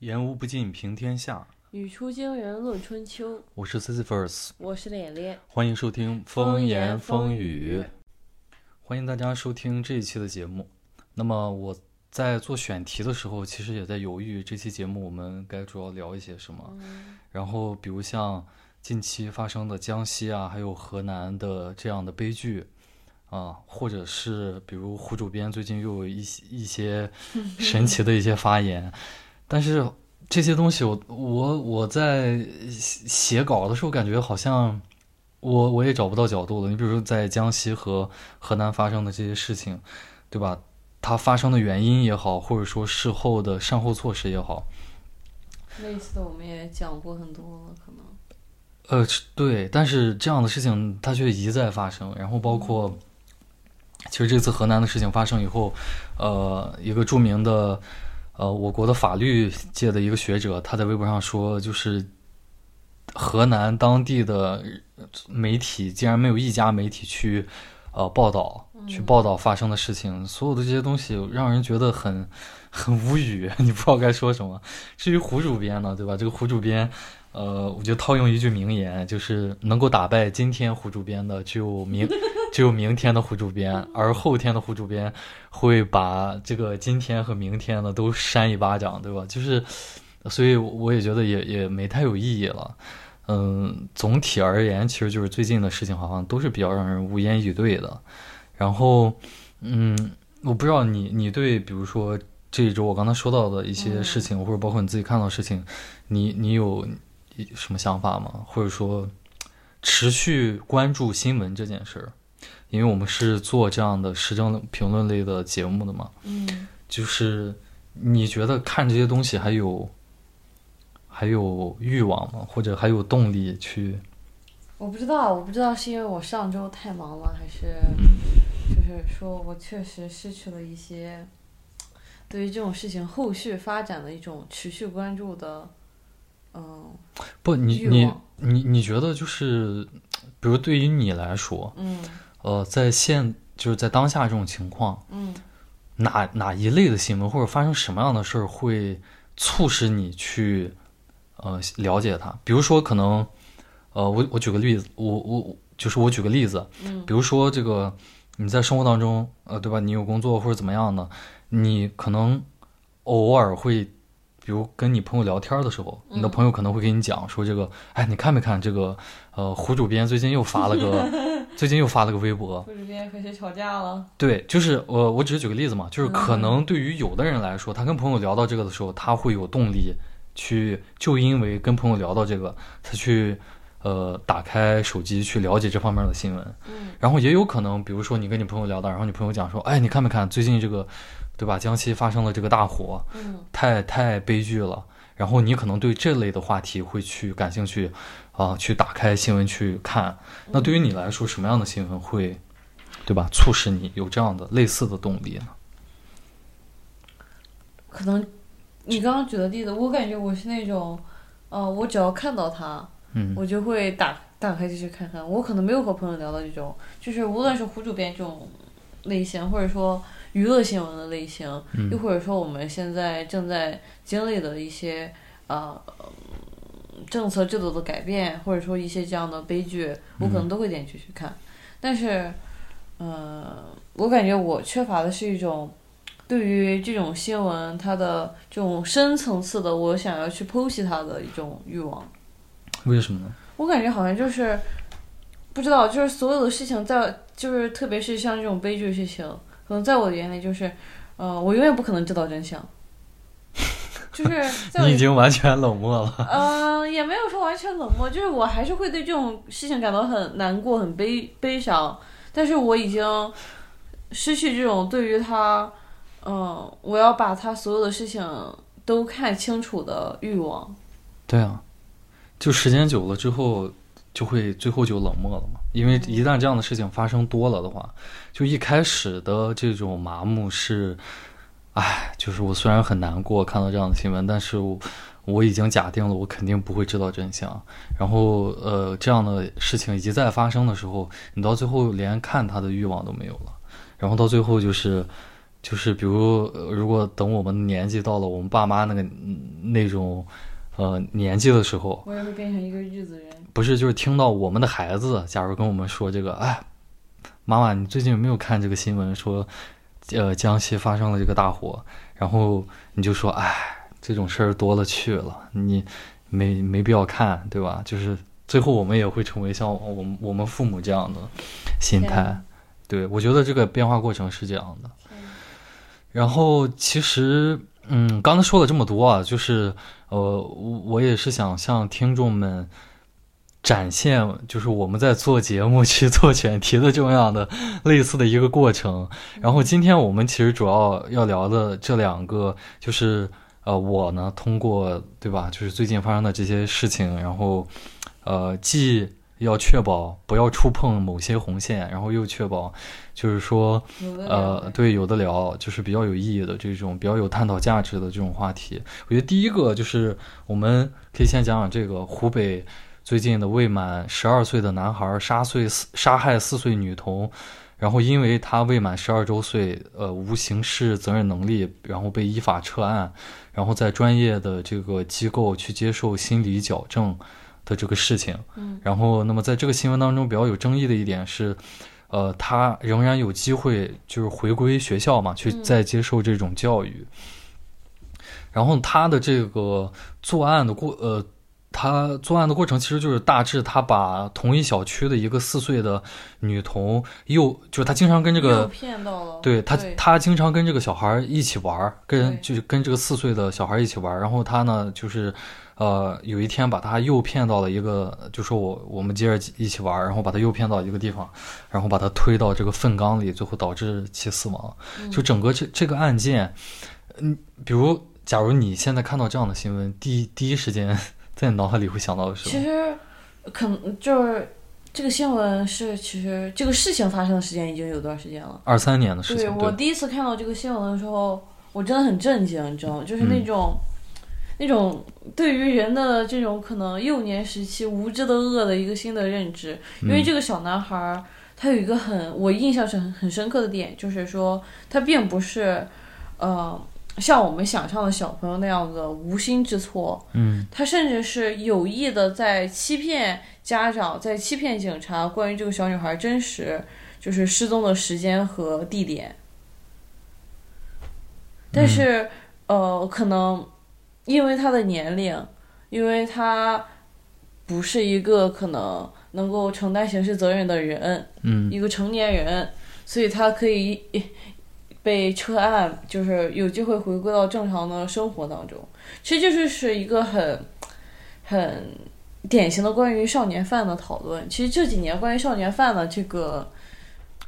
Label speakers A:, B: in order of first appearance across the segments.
A: 言无不尽，平天下。
B: 语出惊人论春秋，
A: 我是 Sisyphus，
B: 我是脸脸。
A: 欢迎收听《
B: 风
A: 言
B: 言风
A: 风语
B: 语》，
A: 欢迎大家收听这一期的节目。那么我在做选题的时候，其实也在犹豫这期节目我们该主要聊一些什么。然后比如像近期发生的江西啊，还有河南的这样的悲剧。啊，或者是比如胡主编最近又有一些一些神奇的一些发言，但是这些东西我我我在写写稿的时候感觉好像我我也找不到角度了。你比如说在江西和河南发生的这些事情，对吧？它发生的原因也好，或者说事后的善后措施也好，
B: 类似的我们也讲过很多了，可能。
A: 呃，是对，但是这样的事情它却一再发生，然后包括，其实这次河南的事情发生以后，呃，一个著名的，呃，我国的法律界的一个学者，他在微博上说，就是河南当地的媒体竟然没有一家媒体去，呃，报道，去报道发生的事情，所有的这些东西让人觉得很很无语， 你不知道该说什么。至于胡主编呢，对吧？这个胡主编。呃，我就套用一句名言，就是能够打败今天胡主编的，只有明只有明天的胡主编，而后天的胡主编会把这个今天和明天的都扇一巴掌，对吧？就是，所以我也觉得也也没太有意义了。嗯，总体而言，其实就是最近的事情好像都是比较让人无言以对的。然后，嗯，我不知道你你对比如说这一周我刚才说到的一些事情，或者包括你自己看到的事情，你你有什么想法吗？或者说持续关注新闻这件事儿，因为我们是做这样的时政评论类的节目的嘛，
B: 嗯，
A: 就是你觉得看这些东西还有还有欲望吗？或者还有动力去？
B: 我不知道，我不知道是因为我上周太忙了，还是就是说我确实失去了一些对于这种事情后续发展的一种持续关注的，嗯
A: 不，你
B: 欲
A: 你
B: 望
A: 你你觉得就是，比如对于你来说，
B: 嗯
A: 呃，在现就是在当下这种情况，
B: 嗯，
A: 哪哪一类的新闻或者发生什么样的事儿会促使你去呃了解它？比如说，可能呃，我我举个例子，我我我就是我举个例子，
B: 嗯
A: 比如说这个你在生活当中，呃，对吧？你有工作或者怎么样的，你可能偶尔会。比如跟你朋友聊天的时候，你的
B: 嗯
A: 朋友可能会跟你讲说这个，哎，你看没看这个？呃，胡主编最近又发了 个，最近又发了个微博，
B: 或者边和谁吵架了？
A: 对，就是呃我，我只是举个例子嘛，就是可
B: 嗯
A: 能对于有的人来说，他跟朋友聊到这个的时候，他会有动力去，就因为跟朋友聊到这个，他去呃打开手机去了解这方面的新闻。
B: 嗯
A: 然后也有可能，比如说你跟你朋友聊到，然后你朋友讲说，哎，你看没看最近这个，对吧？江西发生了这个大火，
B: 嗯
A: 太太悲剧了。然后你可能对这类的话题会去感兴趣，啊、去打开新闻去看。那对于你来说，什么样的新闻会，对吧，促使你有这样的类似的动力呢？
B: 可能你刚刚举的例子，我感觉我是那种，呃，我只要看到他，
A: 嗯
B: 我就会打打开就去看看。我可能没有和朋友聊到这种，就是无论是胡主编这种类型，或者说娱乐新闻的类型，
A: 嗯
B: 又或者说我们现在正在经历的一些呃政策制度的改变，或者说一些这样的悲剧，我
A: 嗯
B: 可能都会点进去看。但是，呃，我感觉我缺乏的是一种。对于这种新闻，它的这种深层次的，我想要去剖析它的一种欲望。
A: 为什么呢？
B: 我感觉好像就是不知道，就是所有的事情在，就是特别是像这种悲剧事情，可能在我的眼里就是，呃，我永远不可能知道真相，就是在我
A: 你已经完全冷漠 了。
B: 呃，也没有说完全冷漠，就是我还是会对这种事情感到很难过、很悲悲伤，但是我已经失去这种对于他，嗯、我要把他所有的事情都看清楚的欲望。
A: 对啊，就时间久了之后，就会最后就冷漠了嘛。因为一旦这样的事情发生多了的话，就一开始的这种麻木是，唉，就是我虽然很难过看到这样的新闻，但是我我已经假定了我肯定不会知道真相。然后呃，这样的事情一再发生的时候，你到最后连看他的欲望都没有了。然后到最后就是就是比如、呃如果等我们年纪到了我们爸妈那个嗯那种呃年纪的时候，
B: 我也会变成一个日子人。
A: 不是，就是听到我们的孩子，假如跟我们说这个，哎，妈妈，你最近有没有看这个新闻说，呃，江西发生了这个大火？然后你就说，哎，这种事儿多了去了，你没没必要看，对吧？就是最后我们也会成为像我们我们父母这样的心
B: 天
A: 态
B: 哪。
A: 对，我觉得这个变化过程是这样的。然后其实，嗯，刚才说了这么多啊，就是呃，我我也是想向听众们展现，就是我们在做节目去做选题的这样的类似的一个过程。然后今天我们其实主要要聊的这两个，就是呃，我呢通过对吧，就是最近发生的这些事情，然后呃，既要确保不要触碰某些红线，然后又确保就是说。
B: 有的聊
A: 呃，对，有的聊，就是比较有意义的这种比较有探讨价值的这种话题。我觉得第一个就是我们可以先讲讲这个湖北最近的未满十二岁的男孩杀碎四杀害四岁女童，然后因为他未满十二周岁，呃，无刑事责任能力，然后被依法撤案，然后在专业的这个机构去接受心理矫正的这个事情。
B: 嗯，
A: 然后那么在这个新闻当中比较有争议的一点是。呃，他仍然有机会就是回归学校嘛，去
B: 嗯
A: 再接受这种教育。然后他的这个作案的过呃，他作案的过程其实就是大致他把同一小区的一个四岁的女童诱，就是他经常跟这
B: 又
A: 个。
B: 骗到了，
A: 对他，
B: 哦对
A: 他经常跟这个小孩儿一起玩儿，跟
B: 对
A: 就是跟这个四岁的小孩儿一起玩儿。然后他呢，就是，呃，有一天把他诱骗到了一个，就说我我们接着一起玩儿，然后把他诱骗到一个地方，然后把他推到这个粪缸里，最后导致其死亡。
B: 嗯
A: 就整个这这个案件，嗯，比如假如你现在看到这样的新闻，第一第一时间 在你脑海里会想到的是什
B: 其
A: 么？
B: 实可能就是这个新闻是，其实这个事情发生的时间已经有段时间了。
A: 二三年的事
B: 对
A: 情，
B: 我
A: 对，
B: 第一次看到这个新闻的时候，我真的很震惊，你知道吗？就是
A: 嗯
B: 那种、那种对于人的这种可能幼年时期无知的恶的一个新的认知。因为
A: 嗯
B: 这个小男孩儿，他有一个很我印象是很很深刻的点，就是说他并不是呃像我们想象的小朋友那样子无心之错，
A: 嗯
B: 他甚至是有意的在欺骗家长，在欺骗警察关于这个小女孩真实就是失踪的时间和地点。
A: 嗯
B: 但是，呃，可能因为他的年龄，因为他不是一个可能能够承担刑事责任的人，
A: 嗯
B: 一个成年人，所以他可以被撤案，就是有机会回归到正常的生活当中。其实就是是一个很很典型的关于少年犯的讨论。其实这几年关于少年犯的这个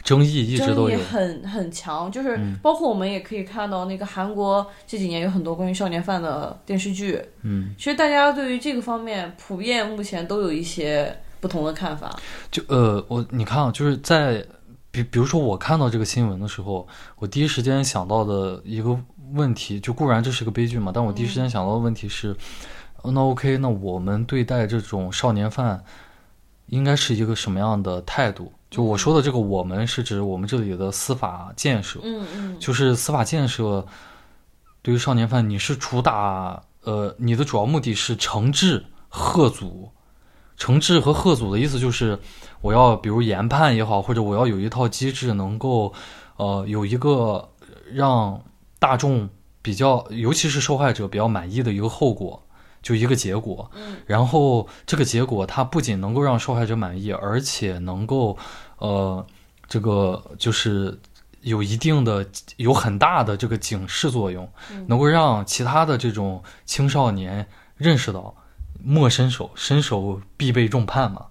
A: 争议一直
B: 争
A: 都
B: 议
A: 有，
B: 很很强，就是
A: 嗯
B: 包括我们也可以看到那个韩国这几年有很多关于少年犯的电视剧。
A: 嗯，
B: 其实大家对于这个方面普遍目前都有一些不同的看法。
A: 就呃，我你看啊，就是在比比如说我看到这个新闻的时候，我第一时间想到的一个问题，就固然这是个悲剧嘛，但我第一时间想到的问题是，呃那 OK，那我们对待这种少年犯应该是一个什么样的态度？就我说的这个，我们是指我们这里的司法建设，
B: 嗯嗯，
A: 就是司法建设对于少年犯，你是主打呃，你的主要目的是惩治贺阻。惩治和贺阻的意思就是，我要比如研判也好，或者我要有一套机制能够，呃，有一个让大众比较，尤其是受害者比较满意的一个后果，就一个结果。
B: 嗯
A: 然后这个结果它不仅能够让受害者满意，而且能够，呃，这个就是有一定的、有很大的这个警示作用，
B: 嗯
A: 能够让其他的这种青少年认识到莫伸手，伸手必被重判嘛。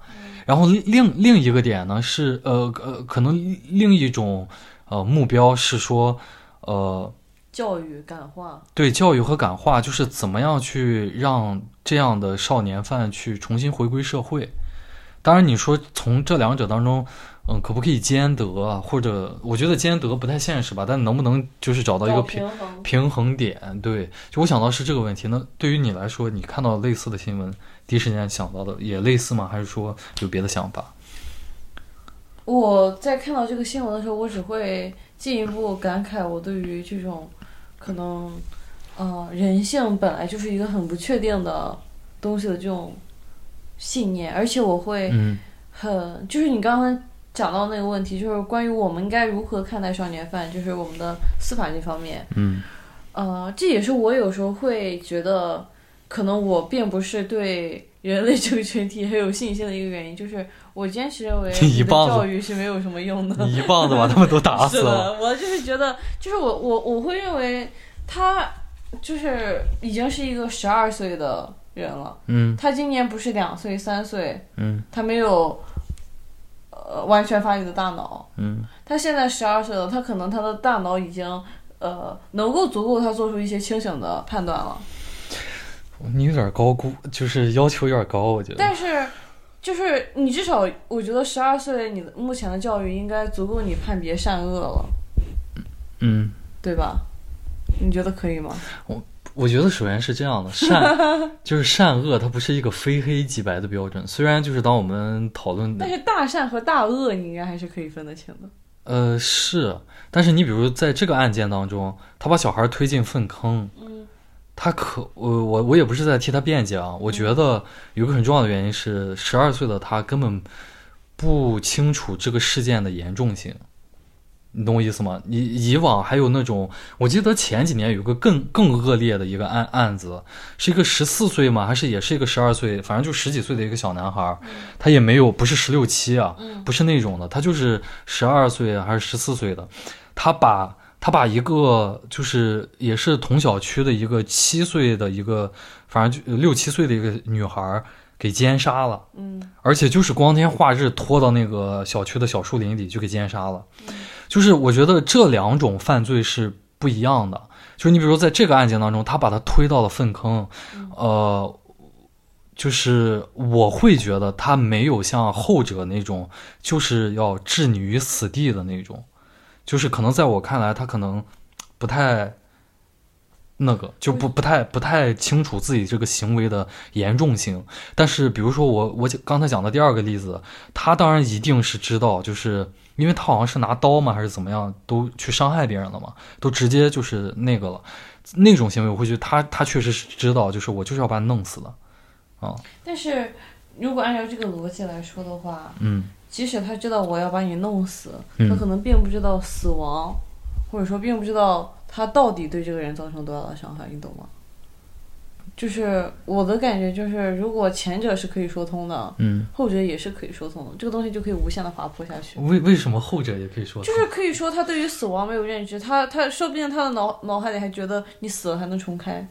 A: 然后另另一个点呢是，呃呃，可能另一种呃目标是说，呃，
B: 教育感化。
A: 对教育和感化，就是怎么样去让这样的少年犯去重新回归社会。当然，你说从这两者当中，嗯，可不可以兼得啊？或者我觉得兼得不太现实吧，但能不能就是找到一个
B: 找
A: 平
B: 平衡。
A: 平衡点？对，就我想到是这个问题。那对于你来说，你看到类似的新闻，第一时间想到的也类似吗？还是说有别的想法？
B: 我在看到这个新闻的时候，我只会进一步感慨我对于这种可能，呃，人性本来就是一个很不确定的东西的这种信念，而且我会
A: 嗯
B: 很，就是你刚刚讲到那个问题，就是关于我们应该如何看待少年犯，就是我们的司法这方面，
A: 嗯
B: 呃，这也是我有时候会觉得，可能我并不是对人类这个群体很有信心的一个原因，就是我坚持认为
A: 一
B: 你的
A: 棒子
B: 教育是没有什么用的。
A: 你一棒子把他们都打死
B: 是
A: 了。
B: 的，我就是觉得，就是我我我会认为他就是已经是一个十二岁的人了，
A: 嗯
B: 他今年不是两岁三岁，
A: 嗯
B: 他没有呃完全发育的大脑，
A: 嗯
B: 他现在十二岁了，他可能他的大脑已经呃能够足够他做出一些清醒的判断了。
A: 你有点高估，就是要求有点高，我觉得。
B: 但是，就是你至少我觉得十二岁你的目前的教育应该足够你判别善恶了，
A: 嗯，
B: 对吧？你觉得可以吗？
A: 我觉得首先是这样的， 善就是善恶，它不是一个非黑即白的标准。虽然就是当我们讨论
B: 但是大善和大恶你应该还是可以分得清的。
A: 呃，是，但是你比如在这个案件当中，他把小孩推进粪坑，
B: 嗯
A: 他可我我我也不是在替他辩解啊，我觉得有一个很重要的原因是，十二岁的他根本不清楚这个事件的严重性，你懂我意思吗？以以往还有那种，我记得前几年有个更更恶劣的一个案案子，是一个十四岁嘛，还是也是一个十二岁，反正就十几岁的一个小男孩，他也没有不是十六七啊，
B: 嗯
A: 不是那种的，他就是十二岁还是十四岁的，他把他把一个就是也是同小区的一个七岁的一个，反正就六七岁的一个女孩儿给奸杀了，
B: 嗯
A: 而且就是光天化日拖到那个小区的小树林里就给奸杀了，就是我觉得这两种犯罪是不一样的，就是你比如说在这个案件当中，他把他推到了粪坑，呃，就是我会觉得他没有像后者那种，就是要置你于死地的那种，就是可能在我看来，他可能不太那个，就不不太不太清楚自己这个行为的严重性。但是比如说我我讲刚才讲的第二个例子，他当然一定是知道，就是因为他好像是拿刀嘛还是怎么样，都去伤害别人了嘛，都直接就是那个了。那种行为，我会觉得他他确实是知道，就是我就是要把你弄死的，啊，
B: 但是如果按照这个逻辑来说的话，
A: 嗯
B: 即使他知道我要把你弄死，
A: 嗯
B: 他可能并不知道死亡，或者说并不知道他到底对这个人造成多大的伤害，你懂吗？就是我的感觉就是，如果前者是可以说通的，
A: 嗯，
B: 后者也是可以说通的，这个东西就可以无限的滑坡下去。
A: 为为什么后者也可以说
B: 就是可以说他对于死亡没有认知，他他说不定他的脑脑海里还觉得你死了还能重开，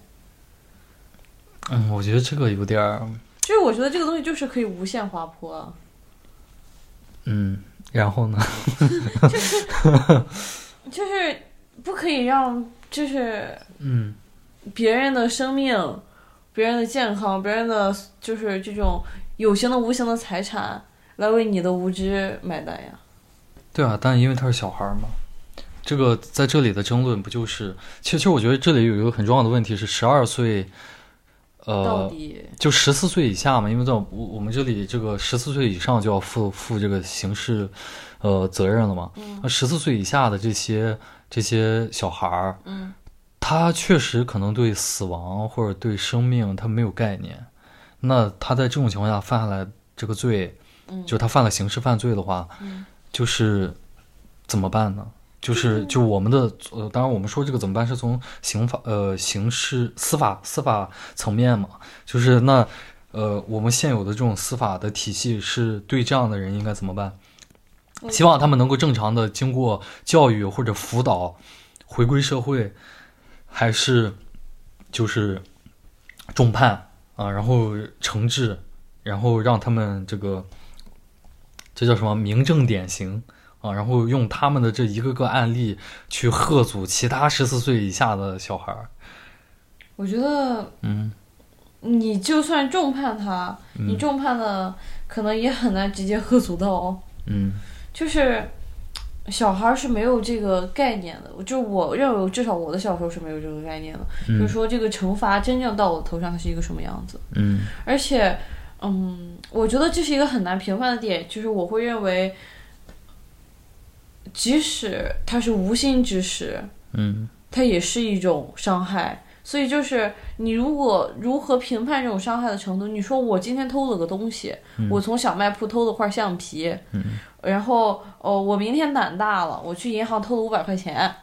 A: 嗯，我觉得这个有点儿，
B: 就是我觉得这个东西就是可以无限滑坡啊。
A: 嗯，然后呢，
B: 就是不可以让就是
A: 嗯
B: 别人的生命、别人的健康、别人的就是这种有形的、无形的财产来为你的无知买单呀。
A: 对啊，但因为他是小孩儿嘛，这个在这里的争论不就是，其实其实我觉得这里有一个很重要的问题是十二岁，
B: 到
A: 呃，
B: 底
A: 就十四岁以下嘛，因为在我我们这里这个十四岁以上就要负负这个刑事，呃，责任了嘛，那十四岁以下的这些这些小孩儿，
B: 嗯
A: 他确实可能对死亡或者对生命他没有概念，那他在这种情况下犯下来这个罪，
B: 嗯
A: 就是他犯了刑事犯罪的话，
B: 嗯
A: 就是怎么办呢？就是就我们的呃，当然我们说这个怎么办是从刑法呃刑事司法司法层面嘛，就是那呃我们现有的这种司法的体系是对这样的人应该怎么办？
B: 嗯
A: 希望他们能够正常的经过教育或者辅导回归社会，还是就是重判啊，然后惩治，然后让他们这个这叫什么明正典型啊，然后用他们的这一个个案例去贺阻其他十四岁以下的小孩儿。
B: 我觉得
A: 嗯
B: 你就算重判他，你重判的可能也很难直接喝足到哦。
A: 嗯
B: 就是小孩儿是没有这个概念的。就我认为，至少我的小时候是没有这个概念的，就是说这个惩罚真正到我头上它是一个什么样子。
A: 嗯
B: 而且，嗯，我觉得这是一个很难评判的点，就是我会认为，即使它是无心之失，
A: 嗯
B: 它也是一种伤害。所以就是你如果如何评判这种伤害的程度？你说我今天偷了个东西，我从小卖铺偷了块橡皮，然后哦，我明天胆大了，我去银行偷了五百块钱，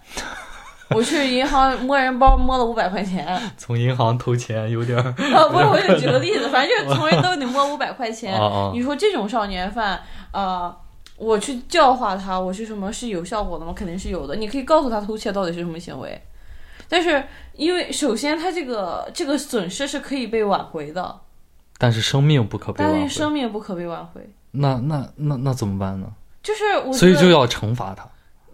B: 我去银行摸人包摸了五百块钱，啊，
A: 从银行偷钱有点儿，
B: 不是，我就举个例子，反正就是从人兜里摸五百块钱，
A: 哦哦
B: 你说这种少年犯啊、呃我去教化他，我是什么是有效果的吗？肯定是有的。你可以告诉他偷窃到底是什么行为，但是因为首先他这个这个损失是可以被挽回的，
A: 但是生命不可被挽
B: 但
A: 回
B: 是。生命不可被挽回。
A: 那那那那怎么办呢？
B: 就是我
A: 所
B: 觉
A: 以就
B: 得
A: 要惩罚他。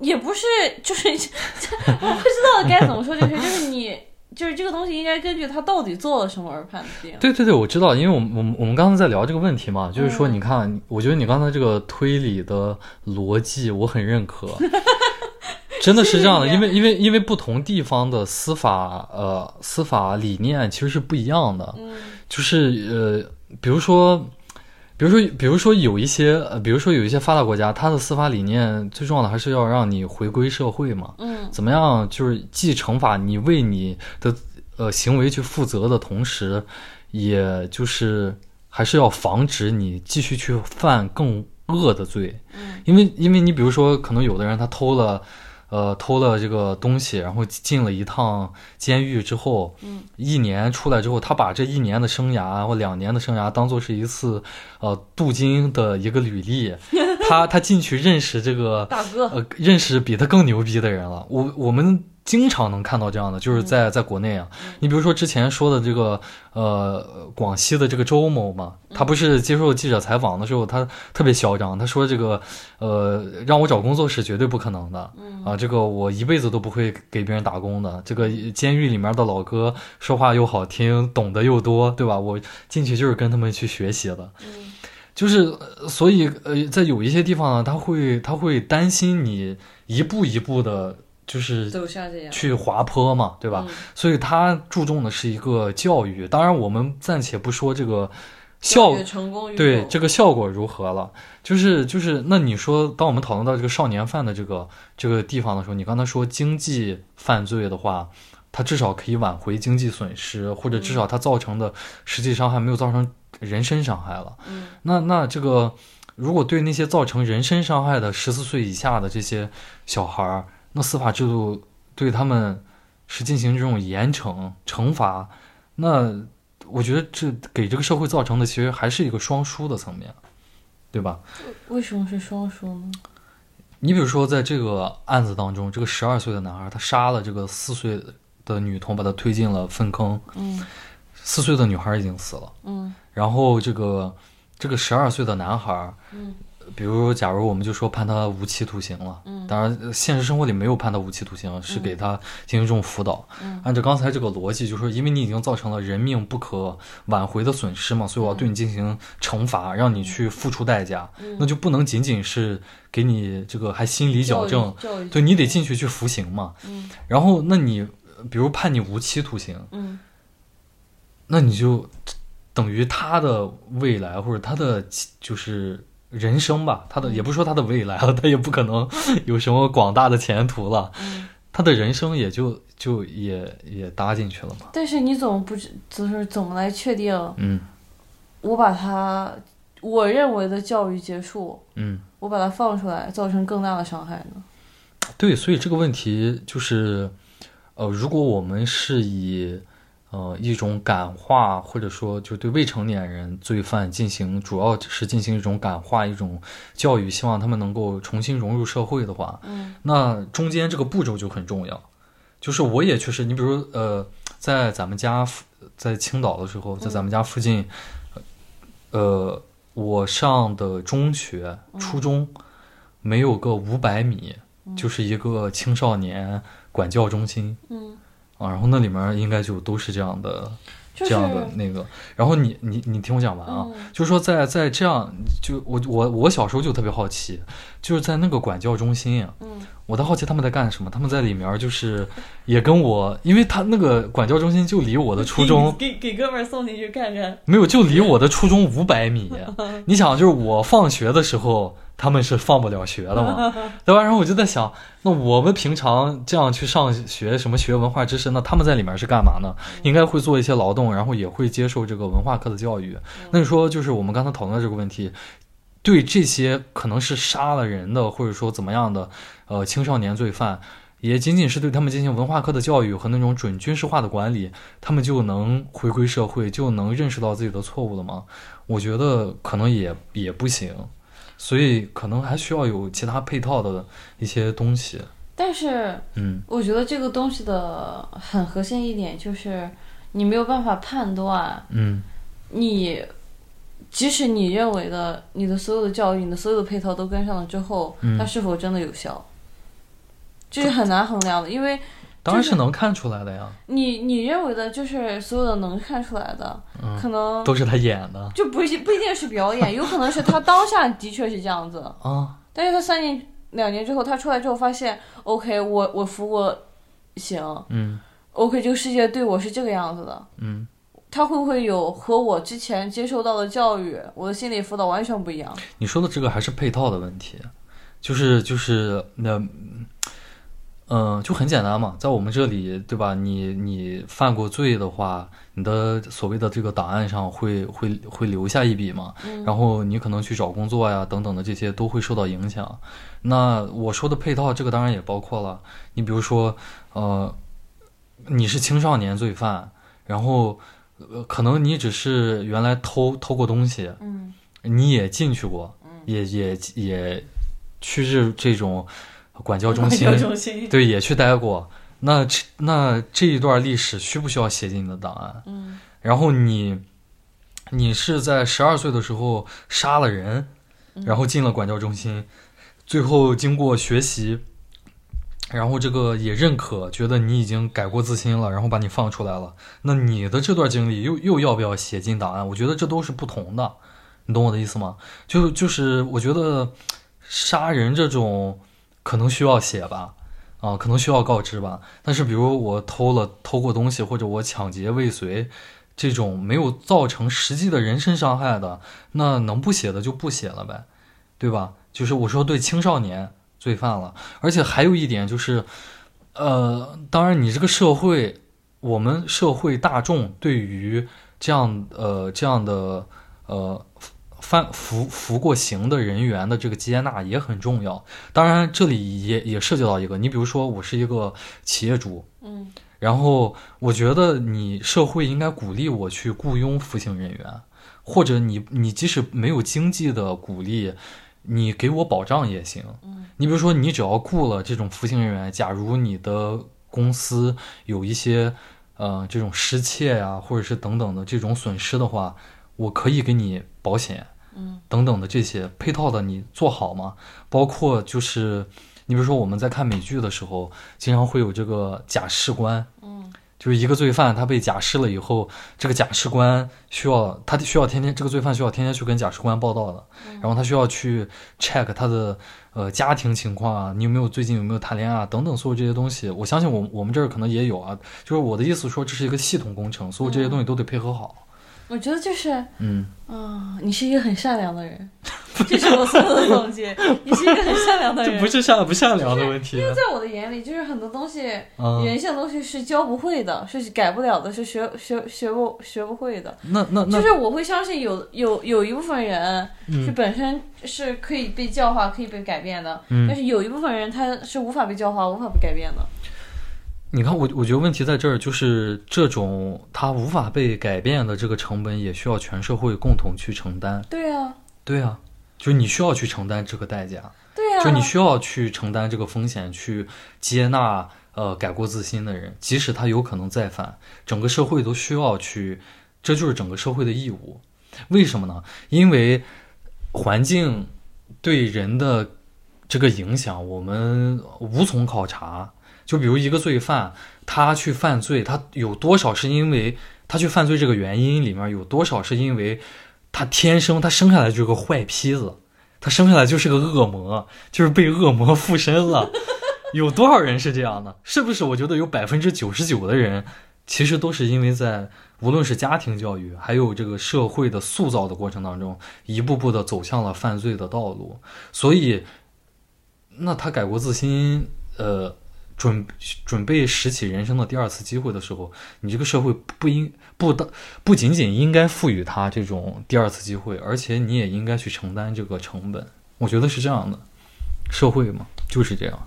B: 也不是，就是 我不知道该怎么说这个事，就是你就是这个东西应该根据他到底做了什么而判定。
A: 对对对，我知道，因为我们我们我们刚才在聊这个问题嘛，就是
B: 嗯
A: 说，你看，我觉得你刚才这个推理的逻辑我很认 可，真的是这样的，
B: 谢谢
A: 因为
B: 你
A: 因为因为不同地方的司法呃司法理念其实是不一样的，
B: 嗯
A: 就是呃，比如说。比如说，比如说有一些，呃，比如说有一些发达国家，它的司法理念最重要的还是要让你回归社会嘛。
B: 嗯
A: 怎么样，就是既惩罚你为你的呃行为去负责的同时，也就是还是要防止你继续去犯更恶的罪，
B: 嗯
A: 因为因为你比如说，可能有的人他偷了。呃，偷了这个东西，然后进了一趟监狱之后，
B: 嗯
A: 一年出来之后，他把这一年的生涯或两年的生涯当做是一次呃镀金的一个履历，他 他进去认识这个
B: 大哥，
A: 呃，认识比他更牛逼的人了。我我们经常能看到这样的，就是在在国内啊，你比如说之前说的这个呃广西的这个周某嘛，他不是接受记者采访的时候，他特别嚣张，他说这个呃让我找工作是绝对不可能的，
B: 嗯
A: 啊，这个我一辈子都不会给别人打工的。这个监狱里面的老哥说话又好听，懂得又多，对吧？我进去就是跟他们去学习的。
B: 嗯
A: 就是呃所以呃，在有一些地方呢，他会他会担心你一步一步的，就是
B: 走向这样，
A: 去滑坡嘛，对吧？
B: 嗯
A: 所以他注重的是一个教育。当然，我们暂且不说这个效
B: 教育成功与否
A: 对这个效果如何了，就是就是那你说，当我们讨论到这个少年犯的这个这个地方的时候，你刚才说经济犯罪的话，它至少可以挽回经济损失，或者至少它造成的实际伤害没有造成人身伤害了。
B: 嗯
A: 那那这个，如果对那些造成人身伤害的十四岁以下的这些小孩儿，那司法制度对他们是进行这种严惩惩罚，那我觉得这给这个社会造成的其实还是一个双输的层面，对吧？
B: 为什么是双数呢？
A: 你比如说，在这个案子当中，这个十二岁的男孩他杀了这个四岁的女童，把她推进了粪坑，
B: 嗯
A: 四岁的女孩已经死了。
B: 嗯
A: 然后这个这个十二岁的男孩儿，
B: 嗯
A: 比如假如我们就说判他无期徒刑了，
B: 嗯
A: 当然呃现实生活里没有判他无期徒刑，是给他进行这种辅导。
B: 嗯
A: 按照刚才这个逻辑，就是说因为你已经造成了人命不可挽回的损失嘛，所以我要对你进行惩罚，让你去付出代价，
B: 嗯
A: 那就不能仅仅是给你这个还心理矫正，
B: 教育
A: 对你得进去去服刑嘛。
B: 嗯
A: 然后那你呃比如判你无期徒刑，
B: 嗯
A: 那你就等于他的未来或者他的其就是人生吧，他的也不是说他的未来了， 他也不可能有什么广大的前途了，
B: 嗯，
A: 他的人生也就就也也搭进去了嘛。
B: 但是你怎么不知就是怎么来确定
A: 嗯
B: 我把他我认为的教育结束，
A: 嗯，
B: 我把它放出来造成更大的伤害呢？
A: 对，所以这个问题就是，呃，如果我们是以呃一种感化，或者说就对未成年人罪犯进行，主要是进行一种感化、一种教育，希望他们能够重新融入社会的话，
B: 嗯
A: 那中间这个步骤就很重要。就是我也确实，你比如呃，在咱们家附在青岛的时候，在咱们家附近，呃，我上的中学、初中没有个五百米，就是一个青少年管教中心
B: 嗯，
A: 啊。然后那里面应该就都是这样的
B: 就是
A: 这样的那个。然后你你你听我讲完啊，
B: 嗯
A: 就是说在在这样就我我我小时候就特别好奇，就是在那个管教中心呀、
B: 嗯
A: 我在好奇他们在干什么，他们在里面就是也跟我，因为他那个管教中心就离我的初中
B: 给给给哥们儿送进去看看，
A: 没有，就离我的初中五百米。你想，就是我放学的时候，他们是放不了学的嘛，对吧？然后我就在想，那我们平常这样去上学，什么学文化知识，那他们在里面是干嘛呢？应该会做一些劳动，然后也会接受这个文化课的教育。那你说，就是我们刚才讨论的这个问题，对这些可能是杀了人的，或者说怎么样的，呃，青少年罪犯。也仅仅是对他们进行文化课的教育和那种准军事化的管理，他们就能回归社会，就能认识到自己的错误了吗？我觉得可能也也不行，所以可能还需要有其他配套的一些东西。
B: 但是
A: 嗯，
B: 我觉得这个东西的很核心一点就是，你没有办法判断
A: 嗯，
B: 你，即使你认为的你的所有的教育、你的所有的配套都跟上了之后，
A: 嗯
B: 它是否真的有效，这是很难衡量的，因为
A: 当然是能看出来的呀，
B: 你你认为的就是所有的能看出来的，可能
A: 都是他演的
B: 就不一定不一定是表演，有可能是他当下的确是这样子，
A: 啊。
B: 但是他三年两年之后，他出来之后发现，OK，我我服我行
A: 嗯
B: ，OK，这个世界对我是这个样子的，
A: 嗯，
B: 他会不会有和我之前接受到的教育、我的心理辅导完全不一样？
A: 你说的这个还是配套的问题，就是就是那。嗯，就很简单嘛，在我们这里，对吧？你你犯过罪的话，你的所谓的这个档案上会会会留下一笔嘛，然后你可能去找工作呀等等的这些都会受到影响。那我说的配套，这个当然也包括了。你比如说，呃，你是青少年罪犯，然后呃，可能你只是原来偷偷过东西，
B: 嗯，
A: 你也进去过，也也也去这这种管教中心，
B: 中心，
A: 对，也去待过。那这那这一段历史需不需要写进你的档案？
B: 嗯，
A: 然后你你是在十二岁的时候杀了人，然后进了管教中心，最后经过学习，然后这个也认可，觉得你已经改过自新了，然后把你放出来了。那你的这段经历又又要不要写进档案？我觉得这都是不同的，你懂我的意思吗？就就是我觉得杀人这种可能需要写吧。啊，可能需要告知吧。但是，比如我偷了偷过东西，或者我抢劫未遂，这种没有造成实际的人身伤害的，那能不写的就不写了呗，对吧？就是我说对青少年罪犯了，而且还有一点就是，呃，当然你这个社会，我们社会大众对于这样呃这样的呃犯服服过刑的人员的这个接纳也很重要。当然这里也也涉及到一个，你比如说我是一个企业主，
B: 嗯
A: 然后我觉得你社会应该鼓励我去雇佣服刑人员，或者你你即使没有经济的鼓励，你给我保障也行。你比如说，你只要雇了这种服刑人员，假如你的公司有一些呃这种失窃呀、或者是等等的这种损失的话，我可以给你保险。
B: 嗯
A: 等等的这些配套的你做好吗？包括就是，你比如说我们在看美剧的时候，经常会有这个假释官，
B: 嗯
A: 就是一个罪犯他被假释了以后，这个假释官需要他需要天天这个罪犯需要天天去跟假释官报道的，
B: 嗯
A: 然后他需要去 check 他的呃家庭情况啊，你有没有最近有没有谈恋爱啊等等所有这些东西，我相信我我们这儿可能也有啊，就是我的意思说这是一个系统工程，所有这些东西都得配合好，
B: 我觉得就是。
A: 嗯。
B: 啊、你是一个很善良的人，这是我所有的 总结。你是一个很善良的
A: 这
B: 人，
A: 不是善不善良的问题，啊
B: 在我的眼里，就是很多东西，
A: 嗯
B: 人性的东西是教不会的，是改不了的，是学学学不学不会的。
A: 那那 那
B: 就是我会相信有有有一部分人
A: 嗯
B: 是本身是可以被教化、可以被改变的，
A: 嗯
B: 但是有一部分人他是无法被教化、无法被改变的。
A: 你看，我我觉得问题在这儿，就是这种它无法被改变的这个成本，也需要全社会共同去承担。
B: 对啊，
A: 对啊，就是你需要去承担这个代价，
B: 对啊，
A: 就你需要去承担这个风险，去接纳呃改过自新的人，即使他有可能再犯，整个社会都需要去，这就是整个社会的义务。为什么呢？因为环境对人的这个影响，我们无从考察。就比如一个罪犯，他去犯罪，他有多少是因为他去犯罪这个原因里面有多少是因为他天生他生下来就是个坏坯子，他生下来就是个恶魔，就是被恶魔附身了。有多少人是这样的？是不是？我觉得有百分之九十九的人，其实都是因为在无论是家庭教育，还有这个社会的塑造的过程当中，一步步的走向了犯罪的道路。所以，那他改过自新，呃，准准备拾起人生的第二次机会的时候，你这个社会不应不当不仅仅应该赋予他这种第二次机会，而且你也应该去承担这个成本。我觉得是这样的，社会嘛就是这样。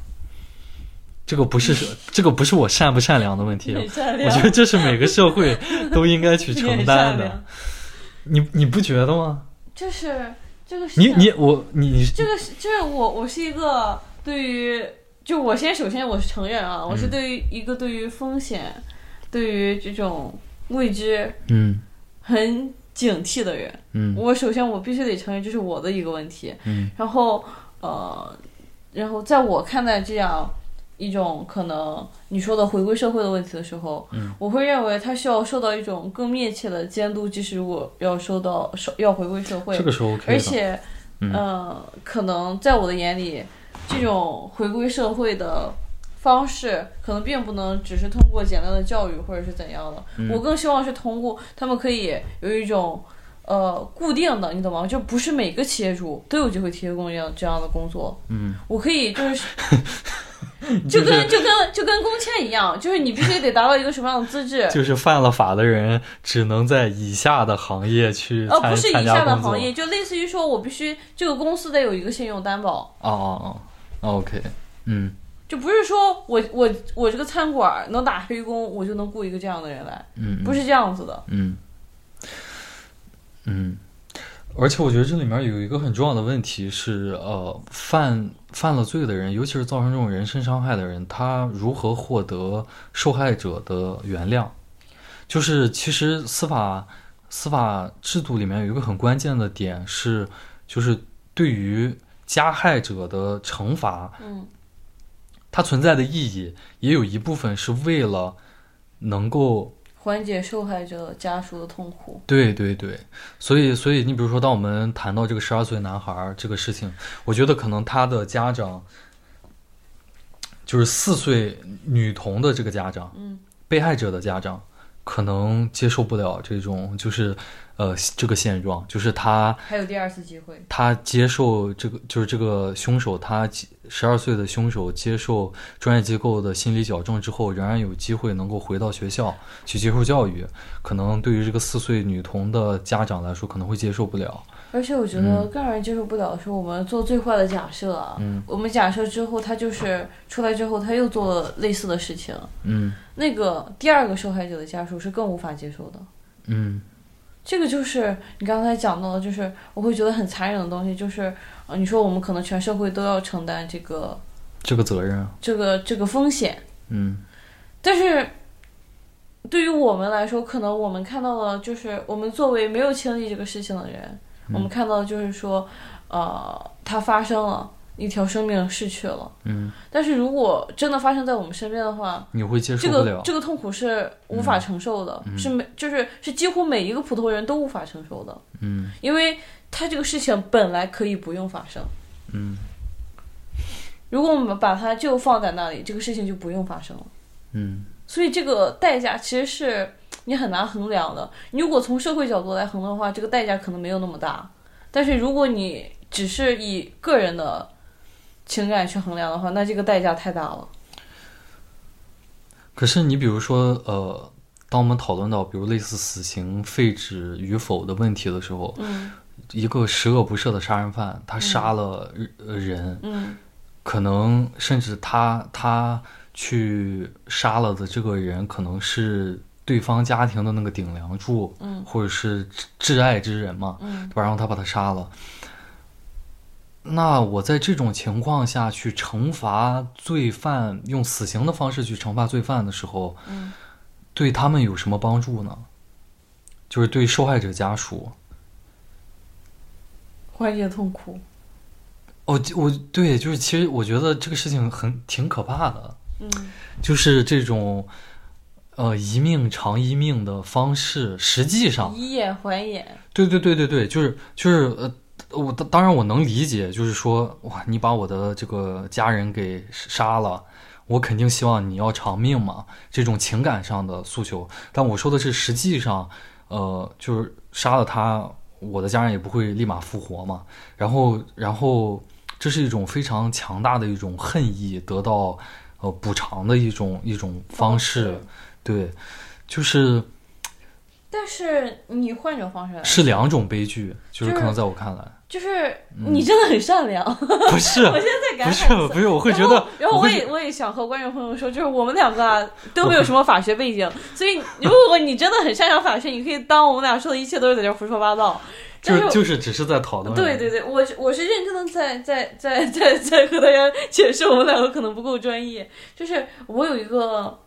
A: 这个不是这个不是我善不善良的问题，
B: 很善
A: 我
B: 良
A: 觉得这是每个社会都应该去
B: 你
A: 承
B: 很
A: 担
B: 善
A: 的
B: 良。
A: 你你不觉得吗？
B: 就是这个
A: 你
B: 像
A: 你我你你
B: 这个是就是我我是一个对于就我先首先我是承认啊，我是
A: 嗯
B: 对于一个对于风险，对于这种未知
A: 嗯
B: 很警惕的人。
A: 嗯
B: 我首先我必须得承认这是我的一个问题，
A: 嗯
B: 然后呃，然后在我看待这样一种可能你说的回归社会的问题的时候，
A: 嗯
B: 我会认为它需要受到一种更密切的监督，即使如果要受到受要回归社会，
A: 这个是 OK 的。
B: 而且，
A: 嗯
B: 呃，可能在我的眼里，这种回归社会的方式，可能并不能只是通过简单的教育或者是怎样的。
A: 嗯
B: 我更希望是通过他们可以有一种呃固定的，你懂吗？就不是每个企业主都有机会提供这样这样的工作。
A: 嗯，
B: 我可以就是 就跟就跟就跟工签一样，就是你必须得达到一个什么样的资质。
A: 就是犯了法的人只能在以下的行业去参、
B: 呃，不是以
A: 参
B: 下
A: 加
B: 的
A: 工作。
B: 行业，就类似于说，我必须这个公司得有一个信用担保，
A: 哦哦哦，OK，嗯
B: 就不是说我我我这个餐馆儿能打黑工，我就能雇一个这样的人来，
A: 嗯，
B: 不是这样子的。
A: 嗯嗯，而且我觉得这里面有一个很重要的问题是，呃，犯犯了罪的人，尤其是造成这种人身伤害的人，他如何获得受害者的原谅？就是其实司法司法制度里面有一个很关键的点是，就是对于加害者的惩罚，
B: 嗯
A: 它存在的意义，也有一部分是为了能够
B: 缓解受害者家属的痛苦。
A: 对对对，所以所以你比如说，当我们谈到这个十二岁男孩儿这个事情，我觉得可能他的家长就是四岁女童的这个家长，
B: 嗯，
A: 被害者的家长可能接受不了这种就是呃这个现状，就是他
B: 还有第二次机会。
A: 他接受这个就是这个凶手，他十二岁的凶手接受专业机构的心理矫正之后，仍然有机会能够回到学校去接受教育。可能对于这个四岁女童的家长来说，可能会接受不了。
B: 而且我觉得更让人接受不了的是，我们做最坏的假设啊，
A: 嗯
B: 我们假设之后他就是出来之后他又做了类似的事情，
A: 嗯
B: 那个第二个受害者的家属是更无法接受的。
A: 嗯
B: 这个就是你刚才讲到的，就是我会觉得很残忍的东西，就是呃，你说我们可能全社会都要承担这个
A: 这个责任，啊
B: 这个这个风险，
A: 嗯
B: 但是对于我们来说，可能我们看到的就是我们作为没有经历这个事情的人，我
A: 嗯
B: 们看到的就是说，呃，它发生了，一条生命逝去了。
A: 嗯，
B: 但是如果真的发生在我们身边的话，
A: 你会接受
B: 这
A: 不
B: 个
A: 了。嗯
B: 这个痛苦是无法承受的，是每就是是几乎每一个普通人都无法承受的，
A: 嗯
B: 因为它这个事情本来可以不用发生。
A: 嗯
B: 如果我们把它就放在那里，这个事情就不用发生了。
A: 嗯
B: 所以这个代价其实是你很难衡量的。你如果从社会角度来衡量的话，这个代价可能没有那么大。但是如果你只是以个人的情感去衡量的话，那这个代价太大了。
A: 可是你比如说，呃，当我们讨论到比如类似死刑废止与否的问题的时候，
B: 嗯
A: 一个十恶不赦的杀人犯，他杀了呃人。
B: 嗯
A: 可能甚至他他去杀了的这个人，可能是对方家庭的那个顶梁柱，
B: 嗯
A: 或者是挚挚爱之人嘛，
B: 嗯
A: 对吧？然后他把他杀了。那我在这种情况下去惩罚罪犯，用死刑的方式去惩罚罪犯的时候，
B: 嗯
A: 对他们有什么帮助呢？就是对受害者家属，
B: 缓解痛苦。
A: 哦，就我对，就是其实我觉得这个事情很挺可怕的，
B: 嗯
A: 就是这种，呃一命偿一命的方式，实际上
B: 以眼还眼，
A: 对对对对对，就是就是呃，我当当然我能理解，就是说哇，你把我的这个家人给杀了，我肯定希望你要偿命嘛，这种情感上的诉求。但我说的是实际上，呃，就是杀了他，我的家人也不会立马复活嘛。然后然后这是一种非常强大的一种恨意得到呃补偿的一种一种方式，对，就是
B: 但是你换种方式来，
A: 是两种悲剧，就是
B: 就
A: 可
B: 是
A: 能在我看来。
B: 就是你真的很善 良。
A: 不是，
B: 我现在
A: 嗯
B: 感
A: 不
B: 慨
A: 是，不是，我会觉
B: 然
A: 得
B: 后，然后
A: 我
B: 我
A: 会觉
B: 也我也想和观众朋友说，就是我们两 个啊都没有什么法学背景，所以如果你真的很擅长法学，你可以当我们俩说的一切都是在这儿胡说八道。但
A: 就是就是只是在讨论，
B: 对对对，我是我是认真的在在在在在和大家解释我们两个可能不够专业，就是我有一个，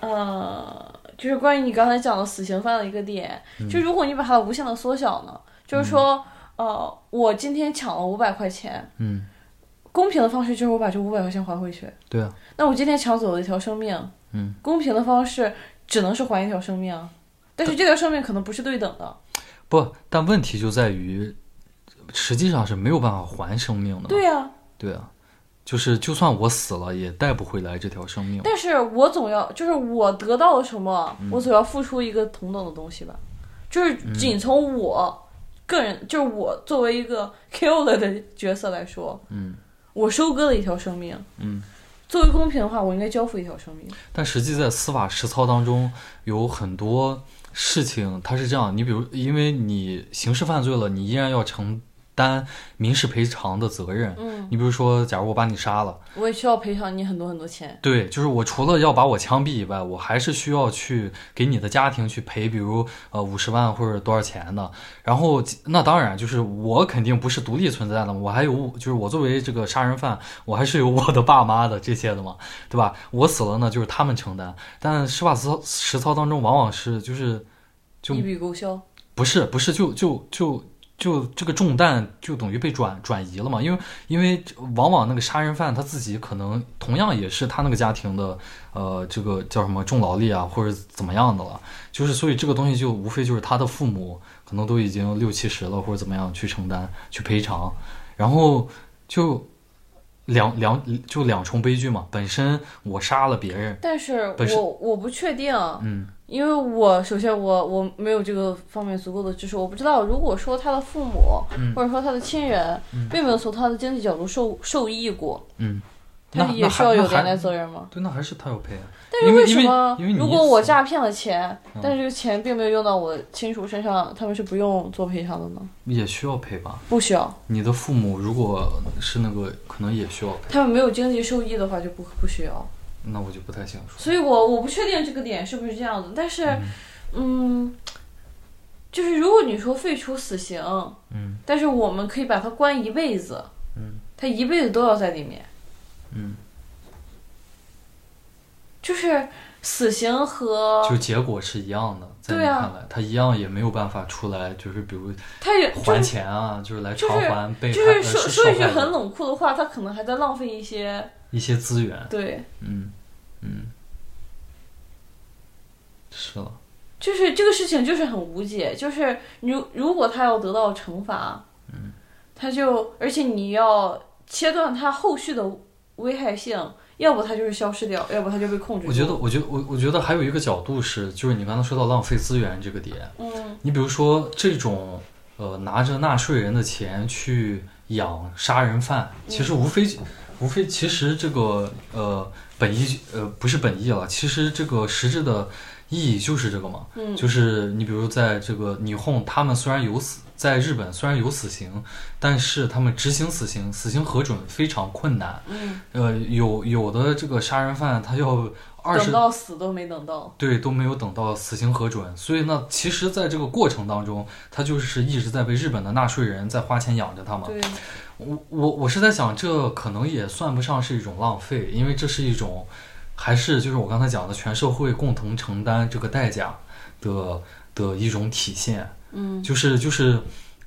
B: 呃，就是关于你刚才讲的死刑犯的一个点，就如果你把它无限的缩小呢，就是说，呃，我今天抢了五百块钱，
A: 嗯，
B: 公平的方式就是我把这五百块钱还回去，
A: 对啊，
B: 那我今天抢走了一条生命，
A: 嗯，
B: 公平的方式只能是还一条生命啊，但是这条生命可能不是对等的，
A: 不，但问题就在于，实际上是没有办法还生命的嘛，
B: 对呀、
A: 对啊，就是就算我死了，也带不回来这条生命，
B: 但是我总要，就是我得到了什么，
A: 嗯
B: 我总要付出一个同等的东西吧。就是仅从我个人，就是我作为一个 kill 了的角色来说，
A: 嗯，
B: 我收割了一条生命，
A: 嗯，
B: 作为公平的话，我应该交付一条生命。
A: 但实际在司法实操当中，有很多事情它是这样，你比如因为你刑事犯罪了，你依然要承担民事赔偿的责任，
B: 嗯，
A: 你比如说，假如我把你杀了。
B: 我也需要赔偿你很多很多钱。
A: 对，就是我除了要把我枪毙以外，我还是需要去给你的家庭去赔，比如呃五十万或者多少钱的。然后那当然就是我肯定不是独立存在的嘛，我还有我就是我作为这个杀人犯，我还是有我的爸妈的这些的嘛，对吧？我死了呢，就是他们承担。但施法实操实操当中，往往是就是就
B: 一笔勾销，
A: 不是不是，就就就就这个重担就等于被转转移了嘛，因为因为往往那个杀人犯他自己可能同样也是他那个家庭的呃这个叫什么重劳力啊或者怎么样的了，就是所以这个东西就无非就是他的父母可能都已经六七十了或者怎么样去承担去赔偿，然后就两两就两重悲剧嘛，本身我杀了别人，
B: 但是
A: 本身
B: 我我不确定，
A: 嗯
B: 因为我首先我我没有这个方面足够的知识，我不知道如果说他的父母、
A: 嗯
B: 或者说他的亲人、并没有从他的经济角度受受益过，
A: 嗯，
B: 他
A: 那
B: 也
A: 那
B: 需
A: 还
B: 要有
A: 那还
B: 连带责任吗？
A: 对，那还是他要赔啊。
B: 但是
A: 因为
B: 什么
A: 因为因为你
B: 如果我
A: 死嗯
B: 诈骗了钱，但是这个钱并没有用到我亲属身上，他们是不用做赔偿的呢？
A: 也需要赔吧？
B: 不需要，
A: 你的父母如果是那个，可能也需要赔，
B: 他们没有经济受益的话就不不需要。
A: 那我就不太想说。
B: 所以我我不确定这个点是不是这样的，但是，嗯就是如果你说废除死刑，
A: 嗯，
B: 但是我们可以把他关一辈子，嗯，他一辈子都要在里面，
A: 嗯，
B: 就是死刑和
A: 就结果是一样的，在你
B: 对啊
A: 看来，他一样也没有办法出来，就是比如
B: 他也
A: 还钱啊，就是来偿还被
B: 就
A: 害
B: 是
A: 呃
B: 说
A: 受
B: 说一句
A: 受害者
B: 很冷酷的话，他可能还在浪费一些，
A: 一些资源，
B: 对，
A: 嗯嗯，是了，
B: 就是这个事情就是很无解，就是如如果他要得到惩罚，
A: 嗯
B: 他就而且你要切断他后续的危害性，要不他就是消失掉，要不他就被控制住。
A: 我觉得，，我觉得，我我觉得还有一个角度是，就是你刚才说到浪费资源这个点，
B: 嗯，
A: 你比如说这种呃拿着纳税人的钱去养杀人犯，
B: 嗯
A: 其实无非、无非其实这个呃本意呃不是本意了，其实这个实质的意义就是这个嘛，
B: 嗯
A: 就是你比如在这个霓虹，他们虽然有死。在日本虽然有死刑，但是他们执行死刑，死刑核准非常困难。
B: 嗯，
A: 呃，有有的这个杀人犯他要二十
B: 等到死都没等到，
A: 对，都没有等到死刑核准，所以呢，其实在这个过程当中，他就是一直在被日本的纳税人在花钱养着他嘛。
B: 对，
A: 我我我是在想，这可能也算不上是一种浪费，因为这是一种，还是就是我刚才讲的全社会共同承担这个代价的的一种体现。
B: 嗯
A: 就是就是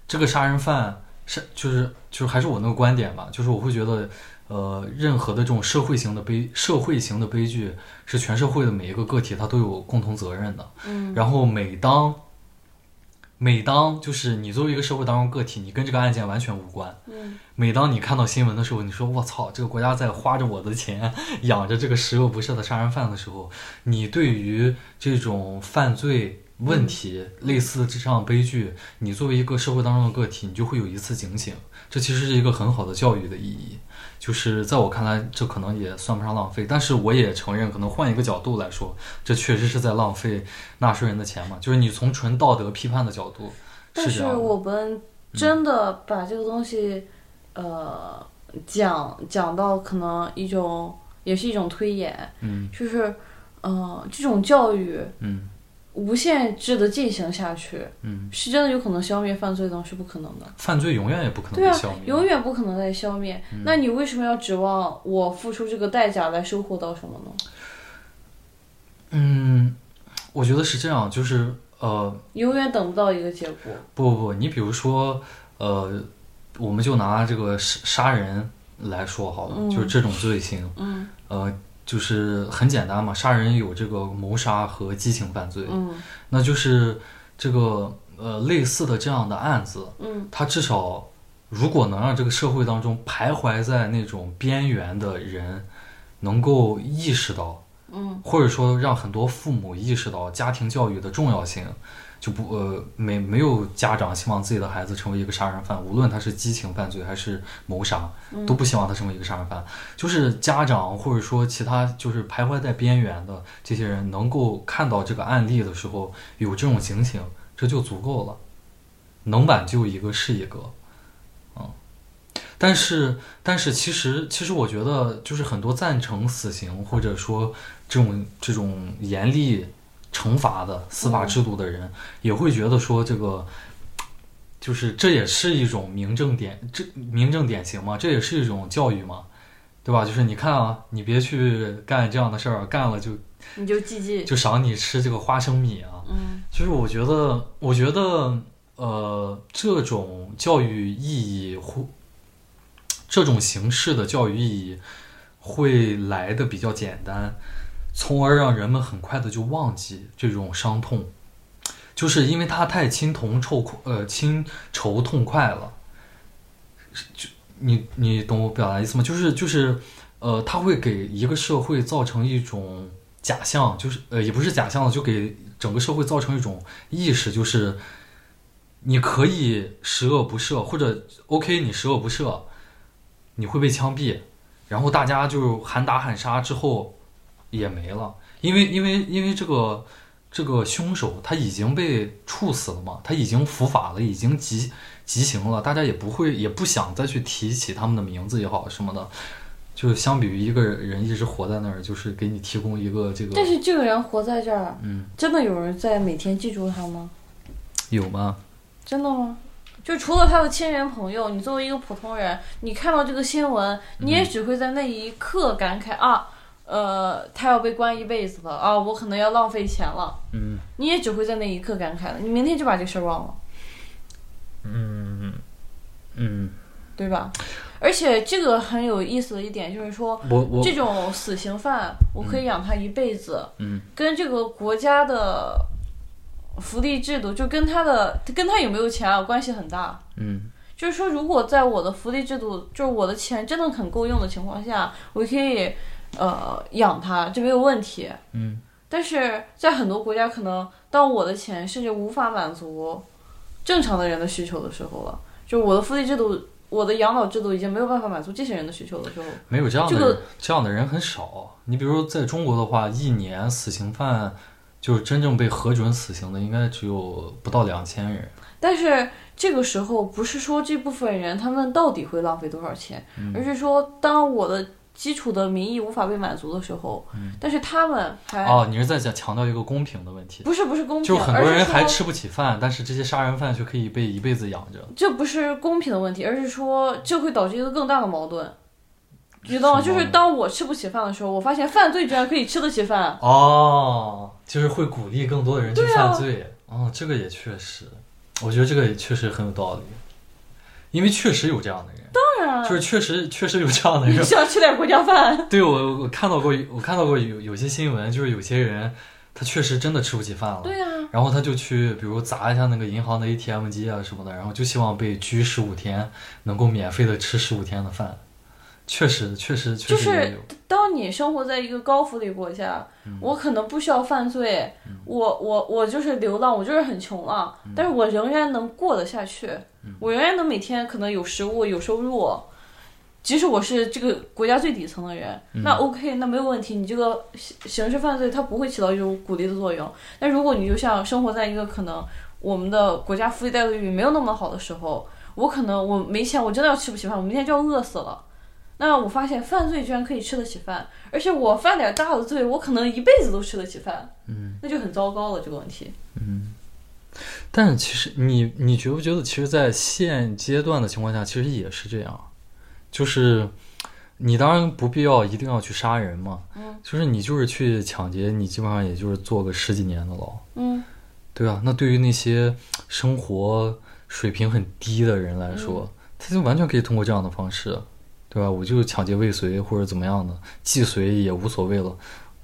A: 这个杀人犯，是就是就是还是我那个观点吧，就是我会觉得，呃，任何的这种社会型的悲社会型的悲剧是全社会的每一个个体他都有共同责任的。
B: 嗯，
A: 然后每当每当就是你作为一个社会当中个体，你跟这个案件完全无关。
B: 嗯
A: 每当你看到新闻的时候，你说“我操，这个国家在花着我的钱 养着这个十恶不赦的杀人犯”的时候，你对于这种犯罪问题、
B: 嗯
A: 类似这样悲剧，你作为一个社会当中的个体，你就会有一次警醒。这其实是一个很好的教育的意义。就是在我看来，这可能也算不上浪费，但是我也承认，可能换一个角度来说，这确实是在浪费纳税人的钱嘛。就是你从纯道德批判的角度，
B: 但
A: 这
B: 是
A: 样的。啊嗯
B: 我们真的把这个东西，呃，讲讲到可能一种，也是一种推演，
A: 嗯
B: 就是，呃，这种教育
A: 嗯
B: 无限制的进行下去，
A: 嗯，
B: 是真的有可能消灭犯罪的，是不可能的。
A: 犯罪永远也不可能
B: 对
A: 被
B: 啊
A: 消灭。，嗯
B: 永远不可能再消灭。那你为什么要指望我付出这个代价来收获到什么呢？
A: 嗯，我觉得是这样，就是呃，
B: 永远等不到一个结果。
A: 不不不，你比如说呃，我们就拿这个杀杀人来说好了，
B: 嗯
A: 就是这种罪行，
B: 嗯
A: 呃，就是很简单嘛，杀人有这个谋杀和激情犯罪，
B: 嗯
A: 那就是这个呃类似的这样的案子，
B: 嗯
A: 它至少如果能让这个社会当中徘徊在那种边缘的人能够意识到。
B: 嗯
A: 或者说让很多父母意识到家庭教育的重要性，就不呃没没有家长希望自己的孩子成为一个杀人犯，无论他是激情犯罪还是谋杀，都不希望他成为一个杀人犯。就是家长或者说其他就是徘徊在边缘的这些人，能够看到这个案例的时候有这种警醒，这就足够了，能挽救一个是一个，嗯。但是，但是，其实，其实，我觉得，就是很多赞成死刑或者说这种这种严厉惩罚的司法制度的人，也会觉得说这个，就是这也是一种明正典，这明正典型嘛，这也是一种教育嘛，对吧？就是你看啊，你别去干这样的事儿，干了就
B: 你就记记。
A: 就赏你吃这个花生米啊。
B: 嗯
A: 就是我觉得，我觉得，呃，这种教育意义或这种形式的教育意义会来的比较简单，从而让人们很快的就忘记这种伤痛，就是因为它太亲同臭苦呃亲仇痛快了。就你你懂我表达意思吗？就是就是，呃，它会给一个社会造成一种假象，就是呃，也不是假象了，就给整个社会造成一种意识，就是你可以十恶不赦，或者 OK，你十恶不赦，你会被枪毙，然后大家就喊打喊杀之后也没了，因为因为因为这个这个凶手他已经被处死了嘛，他已经伏法了，已经极极刑了，大家也不会也不想再去提起他们的名字也好什么的。就是相比于一个人一直活在那儿，就是给你提供一个这个
B: 但是这个人活在这儿，
A: 嗯，
B: 真的有人在每天记住他吗？
A: 有吗？
B: 真的吗？就除了他的亲人朋友，你作为一个普通人，你看到这个新闻，
A: 嗯
B: 你也只会在那一刻感慨、啊，呃，他要被关一辈子了啊，我可能要浪费钱了。
A: 嗯，
B: 你也只会在那一刻感慨了，你明天就把这事儿忘了，
A: 嗯，
B: 对吧？而且这个很有意思的一点就是说，
A: 我我
B: 这种死刑犯，我可以养他一辈子，
A: 嗯，
B: 跟这个国家的福利制度，就跟他的跟他有没有钱啊关系很大。
A: 嗯
B: 就是说，如果在我的福利制度，就是我的钱真的很够用的情况下，我可以呃养他，这没有问题。
A: 嗯。
B: 但是在很多国家，可能当我的钱甚至无法满足正常的人的需求的时候了，就是我的福利制度、我的养老制度已经没有办法满足这些人的需求的时候，
A: 没有这样的、
B: 这个
A: 这样的人很少。你比如说在中国的话，一年死刑犯就是真正被核准死刑的，应该只有不到两千人。
B: 但是这个时候，不是说这部分人他们到底会浪费多少钱，
A: 嗯
B: 而是说当我的基础的民意无法被满足的时候，但是他们还、
A: 嗯哦，你是在讲强调一个公平的问题，
B: 不是不是哎公平，
A: 就是很多
B: 而
A: 人
B: 说
A: 还吃不起饭，但是这些杀人犯却可以被一辈子养着。
B: 这不是公平的问题，而是说这会导致一个更大的矛盾，你知道吗？
A: 什
B: 就
A: 么
B: 是当我吃不起饭的时候，我发现犯罪居然可以吃得起饭，
A: 哦，就是会鼓励更多的
B: 啊
A: 人去犯罪。哦，这个也确实，我觉得这个也确实很有道理。因为确实有这样的人，
B: 当然
A: 就是确实确实有这样的
B: 你
A: 人。
B: 想吃点国家 饭，
A: 对我我看到过我看到过有有些新闻，就是有些人他确实真的吃不起饭了，
B: 对呀、
A: 然后他就去比如砸一下那个银行的 ATM 机啊什么的，然后就希望被拘十五天，能够免费的吃十五天的饭。确实，确实，确
B: 就
A: 实也
B: 是
A: 有。
B: 当你生活在一个高福利国家，我可能不需要犯罪，我我我就是流浪，我就是很穷了，但是我仍然能过得下去，我仍然能每天可能有食物有收入，即使我是这个国家最底层的人，那 OK，那没有问题，你这个刑刑事犯罪它不会起到一种鼓励的作用。但如果你就像生活在一个可能我们的国家福利待遇没有那么好的时候，我可能我没钱，我真的要吃不起饭，我明天就要饿死了。那我发现犯罪居然可以吃得起饭，而且我犯点大的罪，我可能一辈子都吃得起饭，嗯，那就很糟糕了这个问题。
A: 但是其实你你觉不觉得，其实，在现阶段的情况下，其实也是这样，就是你当然不必要一定要去杀人嘛，
B: 嗯
A: 就是你就是去抢劫，你基本上也就是坐个十几年的牢，
B: 嗯，
A: 对吧？那对于那些生活水平很低的人来说，
B: 嗯
A: 他就完全可以通过这样的方式，对吧？我就抢劫未遂或者怎么样的，既遂也无所谓了，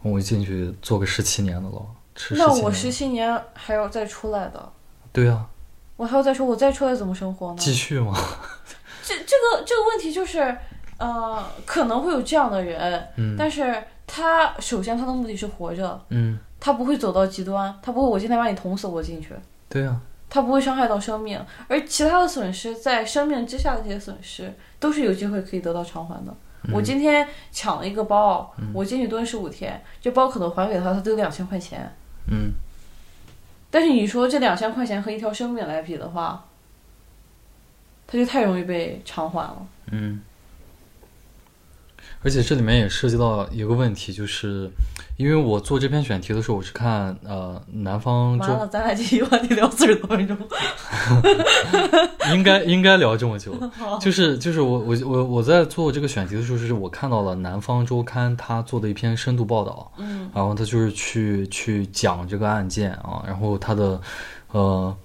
A: 我进去坐个十七年的牢，吃十
B: 那
A: 七
B: 我
A: 年
B: 十，七年还要再出来的，
A: 对啊，
B: 我还要再说，我再出来怎么生活呢？
A: 继续嘛，
B: 这这个这个问题就是，呃，可能会有这样的人，
A: 嗯
B: 但是他首先他的目的是活着，
A: 嗯，
B: 他不会走到极端，他不会我今天把你捅死我进去，
A: 对啊。
B: 他不会伤害到生命，而其他的损失在生命之下的这些损失都是有机会可以得到偿还的。
A: 嗯
B: 我今天抢了一个包，我进去蹲十五天，这包可能还给他，他只有两千块钱。
A: 嗯，
B: 但是你说这两千块钱和一条生命来比的话，他就太容易被偿还了。
A: 嗯，而且这里面也涉及到一个问题，就是因为我做这篇选题的时候，我是看呃南方
B: 完
A: 周，
B: 了，咱俩这一话题聊四十多分钟，
A: 应该应该聊这么久，就是就是我我我我在做这个选题的时候，就是我看到了南方周刊他做的一篇深度报道，
B: 嗯，
A: 然后他就是去去讲这个案件啊，然后他的呃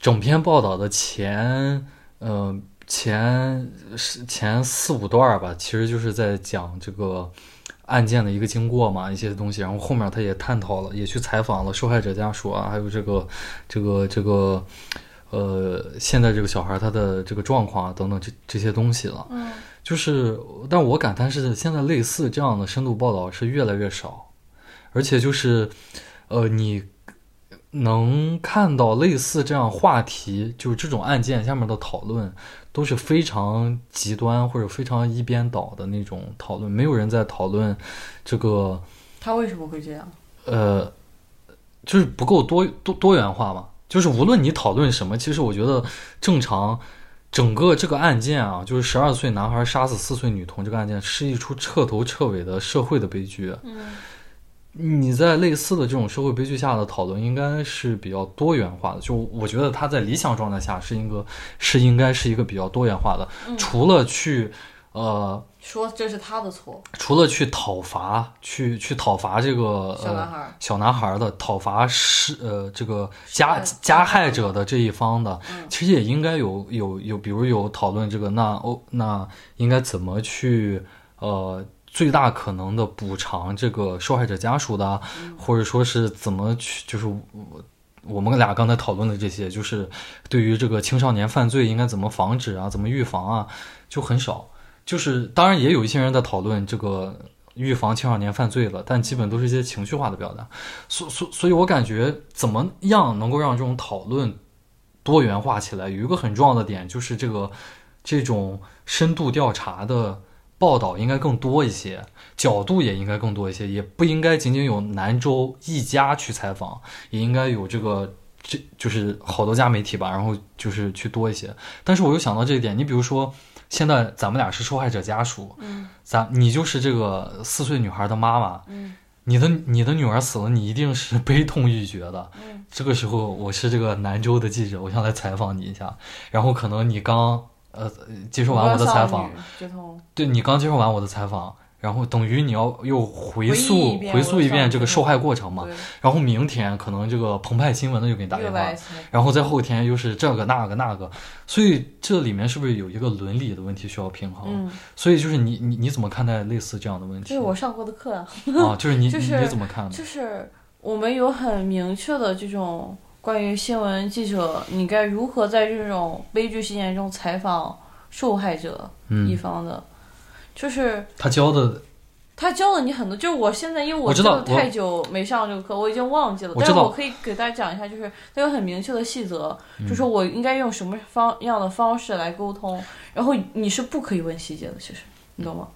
A: 整篇报道的前呃前是前四五段儿吧，其实就是在讲这个案件的一个经过嘛，一些东西。然后后面他也探讨了，也去采访了受害者家属啊，还有这个这个这个呃现在这个小孩他的这个状况啊等等这这些东西了。
B: 嗯，
A: 就是，但我感叹是现在类似这样的深度报道是越来越少，而且就是，呃，你能看到类似这样话题，就是这种案件下面的讨论都是非常极端或者非常一边倒的那种讨论，没有人在讨论这个
B: 他为什么会这样？
A: 呃，就是不够多多多元化嘛。就是无论你讨论什么，其实我觉得正常，整个这个案件啊，就是十二岁男孩杀死四岁女童这个案件，是一出彻头彻尾的社会的悲剧。
B: 嗯
A: 你在类似的这种社会悲剧下的讨论，应该是比较多元化的。就我觉得他在理想状态下是一个是应该是一个比较多元化的，
B: 嗯，
A: 除了去呃，
B: 说这是他的错，
A: 除了去讨伐，去去讨伐这个
B: 小
A: 呃
B: 男孩儿，
A: 小男孩的讨伐是呃这个加
B: 害者
A: 加害者的这一方的，
B: 嗯
A: 其实也应该有有有，比如有讨论这个，那哦那应该怎么去呃最大可能的补偿这个受害者家属的啊，或者说是怎么去就是我我们俩刚才讨论的这些，就是对于这个青少年犯罪应该怎么防止啊，怎么预防啊，就很少。就是当然也有一些人在讨论这个预防青少年犯罪了，但基本都是一些情绪化的表达。所所所以，我感觉怎么样能够让这种讨论多元化起来，有一个很重要的点就是这个这种深度调查的报道应该更多一些，角度也应该更多一些，也不应该仅仅有南州一家去采访，也应该有这个。这就是好多家媒体吧，然后就是去多一些。但是我又想到这一点，你比如说，现在咱们俩是受害者家属，
B: 嗯
A: 咱你就是这个四岁女孩的妈妈，
B: 嗯
A: 你的你的女儿死了，你一定是悲痛欲绝的。
B: 嗯
A: 这个时候，我是这个南州的记者，我想来采访你一下。然后可能你刚呃接受完我的采访，，
B: 觉通，
A: 对你刚接受完我的采访，然后等于你要又回
B: 回忆
A: 溯
B: 一遍
A: 回溯一遍这个
B: 我
A: 受
B: 上
A: 害过程嘛，然后明天可能这个澎湃新闻的又给你打
B: 对，
A: 电
B: 又
A: 话
B: 来一，次，
A: 然后在后天又是这个那个那个，所以这里面是不是有一个伦理的问题需要平衡？
B: 嗯，
A: 所以就是你你你怎么看待类似这样的问
B: 这
A: 题
B: 是我上过的课啊，
A: 啊？就是你
B: 就
A: 你
B: 是
A: 你怎么看的？
B: 就是我们有很明确的这种关于新闻记者，你该如何在这种悲剧事件中采访受害者一
A: 嗯，
B: 方的，就是
A: 他教的
B: 他教了你很多，就是我现在因为
A: 我知
B: 真
A: 道
B: 的太久没上这个课，我已经忘记了。
A: 我
B: 但
A: 知
B: 是
A: 道
B: 我可以给大家讲一下，就是它有很明确的细则，
A: 嗯
B: 就说我应该用什么方样的方式来沟通，然后你是不可以问细节的，其实你懂吗？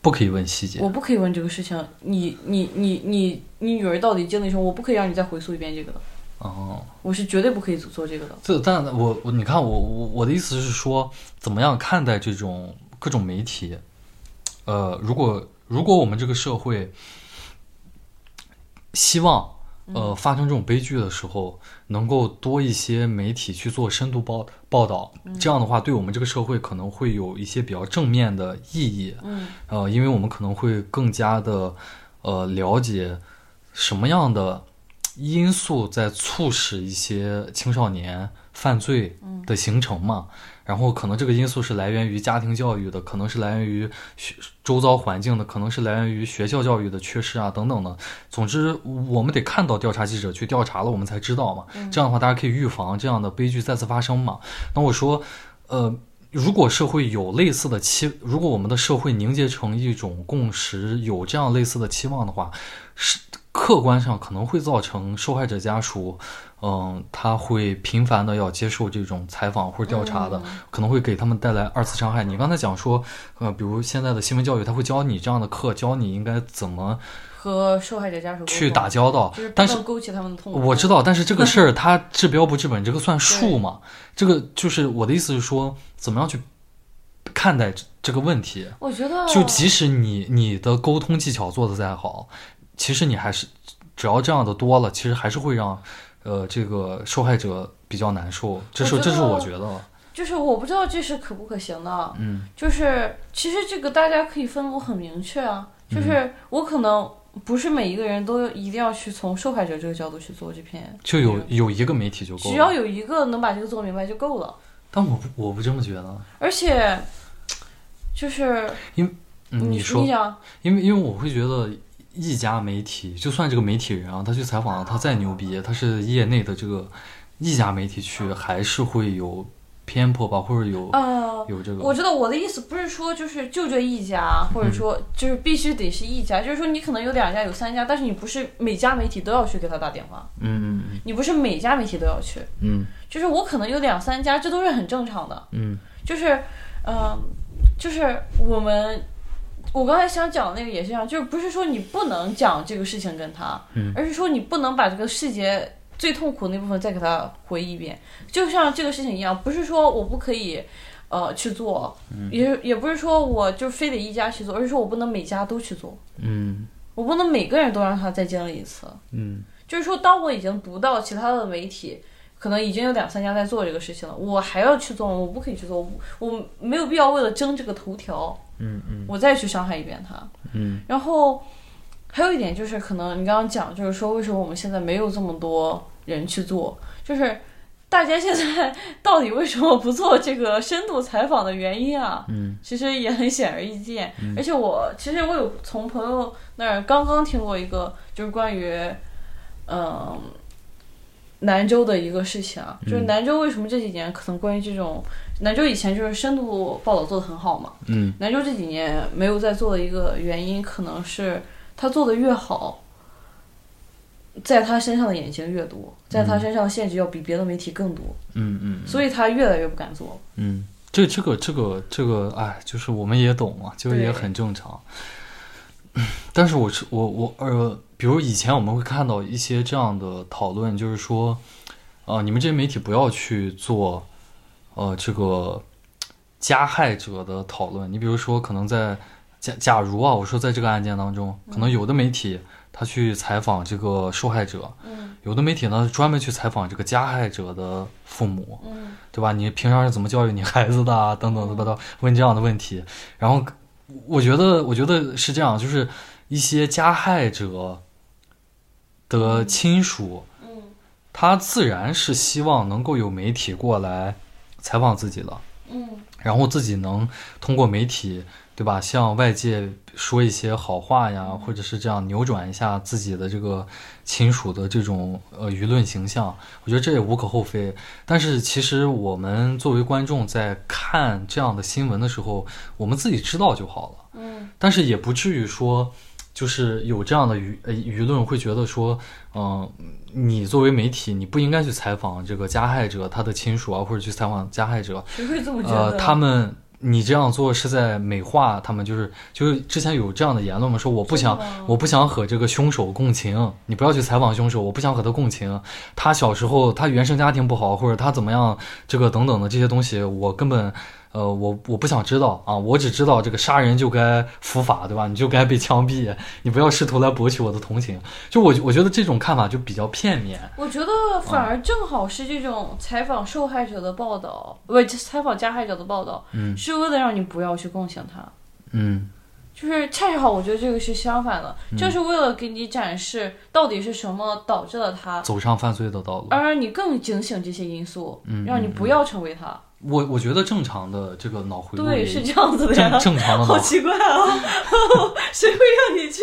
A: 不可以问细节，
B: 我不可以问这个事情，你你你你你女儿到底经历什么，我不可以让你再回溯一遍这个的，
A: 哦。
B: 我是绝对不可以做这个的。
A: 这，但我我你看我我我的意思是说，怎么样看待这种各种媒体？呃，如果如果我们这个社会希望呃发生这种悲剧的时候，能够多一些媒体去做深度报报道，这样的话，对我们这个社会可能会有一些比较正面的意义。
B: 嗯，
A: 呃，因为我们可能会更加的呃了解什么样的因素在促使一些青少年犯罪的形成嘛。然后可能这个因素是来源于家庭教育的，可能是来源于学周遭环境的，可能是来源于学校教育的缺失啊等等的。总之，我们得看到调查记者去调查了，我们才知道嘛。这样的话，大家可以预防这样的悲剧再次发生嘛。那我说，呃，如果社会有类似的期，如果我们的社会凝结成一种共识，有这样类似的期望的话，是客观上可能会造成受害者家属，嗯、他会频繁的要接受这种采访或者调查的，
B: 嗯
A: 可能会给他们带来二次伤害。你刚才讲说，呃，比如现在的新闻教育，他会教你这样的课，教你应该怎么
B: 和受害者家属沟通
A: 去打，交道
B: 就是，不
A: 但是
B: 能勾起他们的痛苦。
A: 我知道，但是这个 事儿它治标不治本，这个算数嘛？这个就是我的意思是说，怎么样去看待这这个问题？
B: 我觉得
A: 就即使你你的沟通技巧做得再好，其实你还是只要这样的多了，其实还是会让呃这个受害者比较难受。这是
B: 我觉
A: 这
B: 得
A: 是我觉得，
B: 就是我不知道这是可不可行的，
A: 嗯，
B: 就是其实这个大家可以分工很明确啊，
A: 嗯
B: 就是我可能不是每一个人都一定要去从受害者这个角度去做这篇，
A: 就有有一个媒体就够
B: 只要
A: 了。
B: 有一个能把这个做明白就够了，
A: 但我不我不这么觉得。
B: 而且就是
A: 嗯，
B: 你
A: 说，
B: 讲，
A: 因为因为我会觉得一家媒体，就算这个媒体人啊，他去采访，他再牛逼，他是业内的这个一家媒体去，还是会有偏颇吧，或者有、
B: 呃，
A: 有这
B: 我
A: 个。
B: 知道我的意思不是说就是就这一家，或者说就是必须得是一家，就是说你可能有两家有三家，但是你不是每家媒体都要去给他打电话，
A: 嗯嗯
B: 你不是每家媒体都要去，
A: 嗯
B: 就是我可能有两三家，这都是很正常的。
A: 嗯
B: 就是，嗯、就是我们，我刚才想讲的那个也是这样，就是不是说你不能讲这个事情跟他，
A: 嗯
B: 而是说你不能把这个细节最痛苦那部分再给他回忆一遍，就像这个事情一样，不是说我不可以。呃，去做，
A: 嗯
B: 也也不是说我就非得一家去做，而是说我不能每家都去做，
A: 嗯
B: 我不能每个人都让他再经历一次。
A: 嗯
B: 就是说，当我已经读到其他的媒体，可能已经有两三家在做这个事情了，我还要去做吗，我不可以去做，我我没有必要为了争这个头条，
A: 嗯嗯
B: 我再去伤害一遍他。
A: 嗯，
B: 然后还有一点就是，可能你刚刚讲，就是说为什么我们现在没有这么多人去做，就是大家现在到底为什么不做这个深度采访的原因啊？
A: 嗯，
B: 其实也很显而易见。而且我其实我有从朋友那儿刚刚听过一个，就是关于嗯、南州的一个事情
A: 嗯
B: 啊，就是南州为什么这几年可能关于这种南州以前就是深度报道做得很好嘛，
A: 嗯，
B: 南州这几年没有再做的一个原因，可能是他做的越好，在他身上的眼睛越多，在他身上的限制要比别的媒体更多，
A: 嗯嗯
B: 所以他越来越不敢做了。
A: 嗯，这这个这个这个，哎，就是我们也懂嘛，就是也
B: 对
A: 很正常。但是我是我我呃，比如以前我们会看到一些这样的讨论，就是说，呃，你们这些媒体不要去做，呃，这个加害者的讨论。你比如说，可能在假假如啊，我说在这个案件当中，可能有的媒体他去采访这个受害者，
B: 嗯
A: 有的媒体呢专门去采访这个加害者的父母，
B: 嗯
A: 对吧？你平常是怎么教育你孩子的啊？等等，对吧？都问这样的问题。然后我觉得，我觉得是这样，就是一些加害者的亲属，
B: 嗯
A: 他自然是希望能够有媒体过来采访自己的，
B: 嗯
A: 然后自己能通过媒体，对吧，向外界说一些好话呀，或者是这样扭转一下自己的这个亲属的这种呃舆论形象，我觉得这也无可厚非。但是其实我们作为观众在看这样的新闻的时候，我们自己知道就好了。
B: 嗯
A: 但是也不至于说，就是有这样的舆呃舆论会觉得说，嗯、你作为媒体，你不应该去采访这个加害者他的亲属啊，或者去采访加害者，
B: 谁会这么觉
A: 呃，
B: 得？
A: 他们你这样做是在美化他们，就是就是之前有这样的言论嘛，说我不想
B: 真的吗
A: 我不想和这个凶手共情，你不要去采访凶手，我不想和他共情，他小时候他原生家庭不好，或者他怎么样，这个等等的这些东西，我根本。呃，我我不想知道啊，我只知道这个杀人就该伏法，对吧？你就该被枪毙，你不要试图来博取我的同情。就我我觉得这种看法就比较片面，
B: 我觉得反而正好是这种采访受害者的报道，不、是采访加害者的报道，
A: 嗯
B: 是为了让你不要去共情他。
A: 嗯
B: 就是恰恰好，我觉得这个是相反的，正是为了给你展示到底是什么导致了他，
A: 走上犯罪的道路。
B: 而让你更警醒这些因素，
A: 嗯
B: 让你不要成为他。
A: 我我觉得正常的这个脑回路
B: 对，
A: 也
B: 是这样子的呀
A: 嗯正。正常的
B: 好
A: 脑，
B: 奇怪啊！ 谁会让你去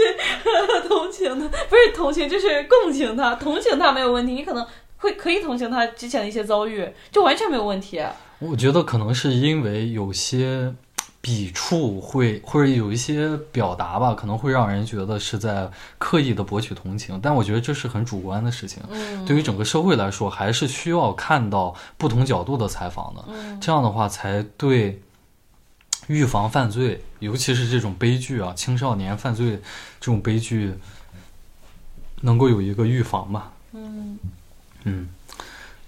B: 呃同情他？不是同情，就是共情他。同情他没有问题，你可能会可以同情他之前的一些遭遇，就完全没有问题。
A: 我觉得可能是因为有些笔触会或者有一些表达吧，可能会让人觉得是在刻意的博取同情，但我觉得这是很主观的事情。
B: 嗯
A: 对于整个社会来说，还是需要看到不同角度的采访的，
B: 嗯
A: 这样的话才对预防犯罪，尤其是这种悲剧啊，青少年犯罪这种悲剧，能够有一个预防吧。
B: 嗯，
A: 嗯，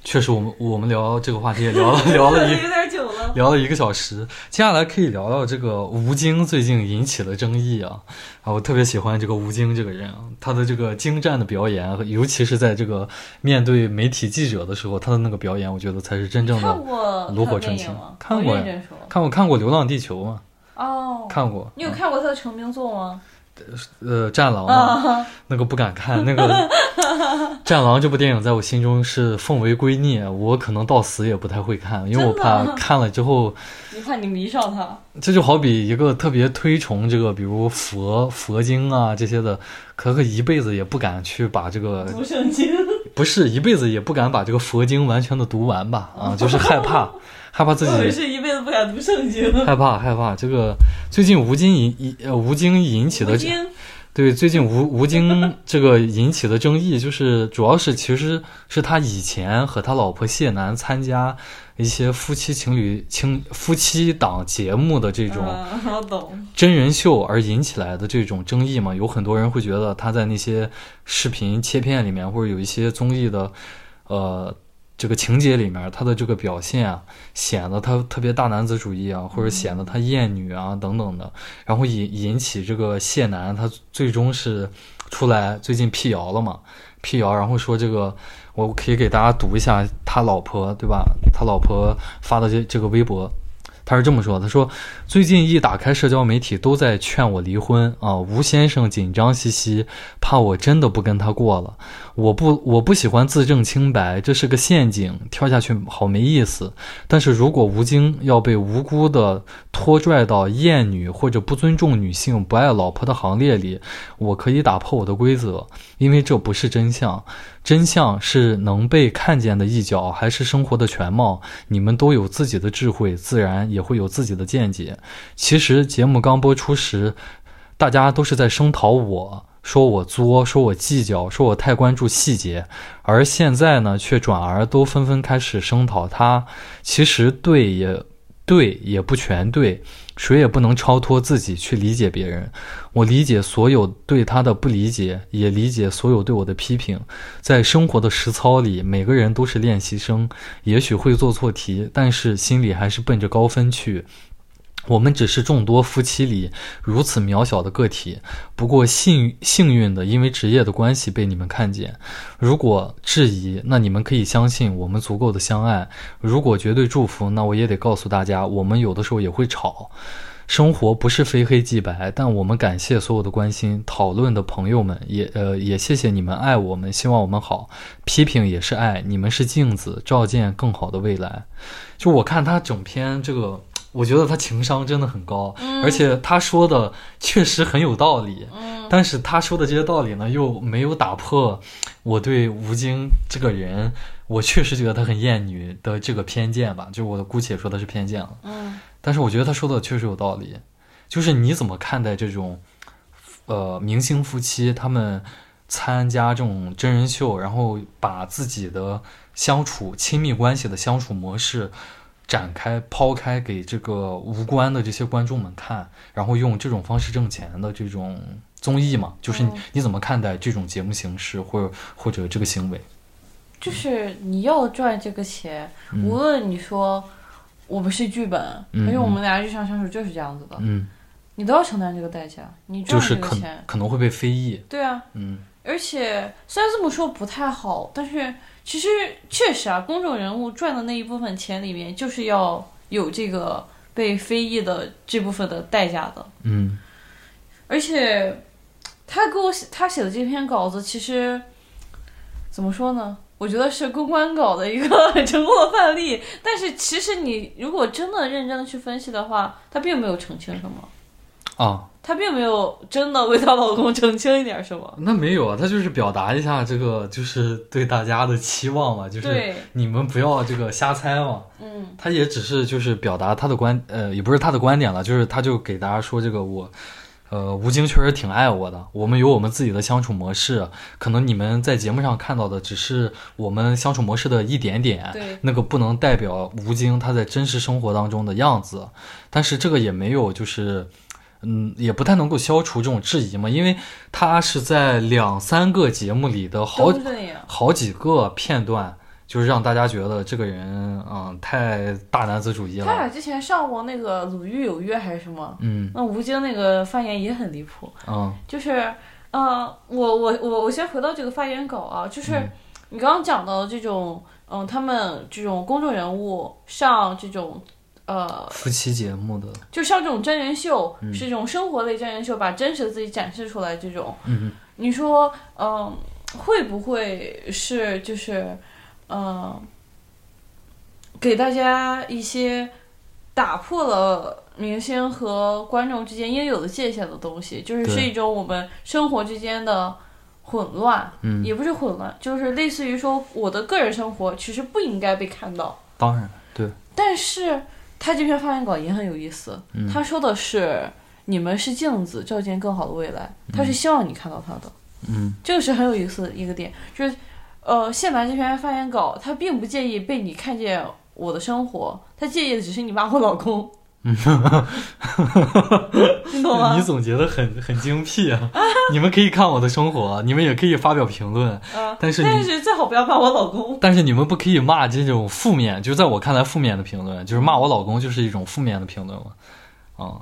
A: 确实，我们我们聊这个话题也聊了聊了一
B: 有点久了。
A: 聊了一个小时，接下来可以聊聊这个吴京最近引起的争议啊啊！我特别喜欢这个吴京这个人，啊，他的这个精湛的表演，和尤其是在这个面对媒体记者的时候，他的那个表演，我觉得才是真正
B: 看
A: 的。
B: 过
A: 炉火
B: 他
A: 纯
B: 电
A: 青
B: 影吗？
A: 看
B: 我
A: 过
B: 认
A: 呀
B: 真说。
A: 看我看过《流浪地球》嘛，
B: 哦，
A: 看过，
B: 你有看过他的成名作吗？
A: 呃，《战狼》嘛，
B: 啊
A: 那个不敢看，那 个《战狼》这部电影在我心中是奉为圭臬，啊我可能到死也不太会看，因为我
B: 真的啊
A: 怕看了之后。
B: 你怕你迷上他？
A: 这就好比一个特别推崇这个，比如佛佛经啊这些的，可可一辈子也不敢去把这个，
B: 读圣经，
A: 不是一辈子也不敢把这个佛经完全的读完吧？啊，就是害怕， 害怕自
B: 我也
A: 己，
B: 是一辈子不敢读圣经。
A: 害怕害怕。这个最近吴京引引呃吴京引起的
B: 吴京
A: 对最近吴吴京这个引起的争议，就是主要是其实是他以前和他老婆谢楠参加一些夫妻情侣情夫妻档节目的这种。
B: 嗯我懂。
A: 真人秀而引起来的这种争议嘛，有很多人会觉得他在那些视频切片里面，或者有一些综艺的，呃，这个情节里面，他的这个表现啊，显得他特别大男子主义啊，或者显得他厌女啊等等的，然后引引起这个谢楠，他最终是出来最近辟谣了嘛，辟谣，然后说这个。我可以给大家读一下他老婆，对吧？他老婆发的这这个微博，他是这么说：“他说最近一打开社交媒体，都在劝我离婚啊。吴先生紧张兮兮，怕我真的不跟他过了。我不，我不喜欢自证清白，这是个陷阱，跳下去好没意思。但是如果吴京要被无辜的拖拽到厌女或者不尊重女性、不爱老婆的行列里，我可以打破我的规则，因为这不是真相。真相是能被看见的一角，还是生活的全貌？你们都有自己的智慧，自然也会有自己的见解。其实节目刚播出时，大家都是在声讨我，说我作，说我计较，说我太关注细节，而现在呢，却转而都纷纷开始声讨他。其实对也对，也不全对，谁也不能超脱自己去理解别人。我理解所有对他的不理解，也理解所有对我的批评。在生活的实操里，每个人都是练习生，也许会做错题，但是心里还是奔着高分去。我们只是众多夫妻里如此渺小的个体，不过幸幸运的，因为职业的关系被你们看见。如果质疑，那你们可以相信我们足够的相爱；如果绝对祝福，那我也得告诉大家，我们有的时候也会吵。生活不是非黑即白，但我们感谢所有的关心、讨论的朋友们，也呃也谢谢你们爱我们，希望我们好。批评也是爱，你们是镜子，照见更好的未来。就我看他整篇这个，我觉得他情商真的很高，
B: 嗯
A: 而且他说的确实很有道理。
B: 嗯
A: 但是他说的这些道理呢，又没有打破我对吴京这个人，我确实觉得他很厌女的这个偏见吧，就我姑且说他是偏见了。
B: 嗯
A: 但是我觉得他说的确实有道理，就是你怎么看待这种，呃，明星夫妻他们参加这种呃真人秀，然后把自己的相处亲密关系的相处模式展开抛开给这个无关的这些观众们看，然后用这种方式挣钱的这种综艺嘛，就是你、
B: 嗯
A: 你怎么看待这种节目形式或者或者这个行为？
B: 就是你要赚这个钱，
A: 嗯
B: 无论你说我们是剧本，
A: 嗯
B: 而且我们俩日常相处就是这样子的，
A: 嗯，
B: 你都要承担这个代价，你
A: 就
B: 嗯赚
A: 是
B: 这个
A: 可
B: 钱，
A: 可能会被非议，
B: 对啊，
A: 嗯
B: 而且虽然这么说不太好，但是其实确实啊，公众人物赚的那一部分钱里面，就是要有这个被非议的这部分的代价的。
A: 嗯
B: 而且他给我写他写的这篇稿子，其实怎么说呢？我觉得是公关稿的一个 很成功的范例。但是其实你如果真的认真的去分析的话，他并没有澄清什么，
A: 啊。
B: 他并没有真的为她老公澄清一点什么。
A: 那没有啊，他就是表达一下这个，就是对大家的期望嘛，就是
B: 对，
A: 你们不要这个瞎猜嘛。
B: 嗯。
A: 他也只是就是表达他的观，呃，也不是他的观点了，就是他就给大家说这个我，呃，吴京确实挺爱我的，我们有我们自己的相处模式，啊可能你们在节目上看到的只是我们相处模式的一点点，
B: 对
A: 那个不能代表吴京他在真实生活当中的样子，但是这个也没有就是。嗯，也不太能够消除这种质疑嘛，因为他是在两三个节目里的好
B: 都是这样。
A: 好几个片段，就是让大家觉得这个人，嗯，太大男子主义
B: 他俩
A: 了。
B: 之前上过那个《鲁豫有约》还是什么？
A: 嗯
B: 那吴京那个发言也很离谱，
A: 嗯
B: 就是，呃，我我我我先回到这个发言稿啊，就是
A: 嗯
B: 你刚刚讲到的这种，嗯、他们这种公众人物上这种，呃，
A: 夫妻节目的，
B: 就上这种真人秀，是这种生活类真人秀，把真实的自己展示出来这种，
A: 嗯
B: 你说，嗯、会不会是就是，嗯、给大家一些打破了明星和观众之间应有的界限的东西，就是
A: 对
B: 是一种我们生活之间的混乱，
A: 嗯
B: 也不是混乱，就是类似于说我的个人生活其实不应该被看到，
A: 当然对，
B: 但是他这篇发言稿也很有意思，
A: 嗯
B: 他说的是你们是镜子，照见更好的未来，他是希望你看到他的，
A: 嗯
B: 这个是很有意思的一个点，就是呃，谢楠这篇发言稿，他并不介意被你看见我的生活，他介意的只是你骂我老公，你懂吗
A: 你？总结的很很精辟啊！ 你们可以看我的生活，你们也可以发表评论，
B: 啊，
A: 但是你
B: 但是最好不要骂我老公。
A: 但是你们不可以骂这种负面，就在我看来，负面的评论就是骂我老公就是一种负面的评论嘛，啊、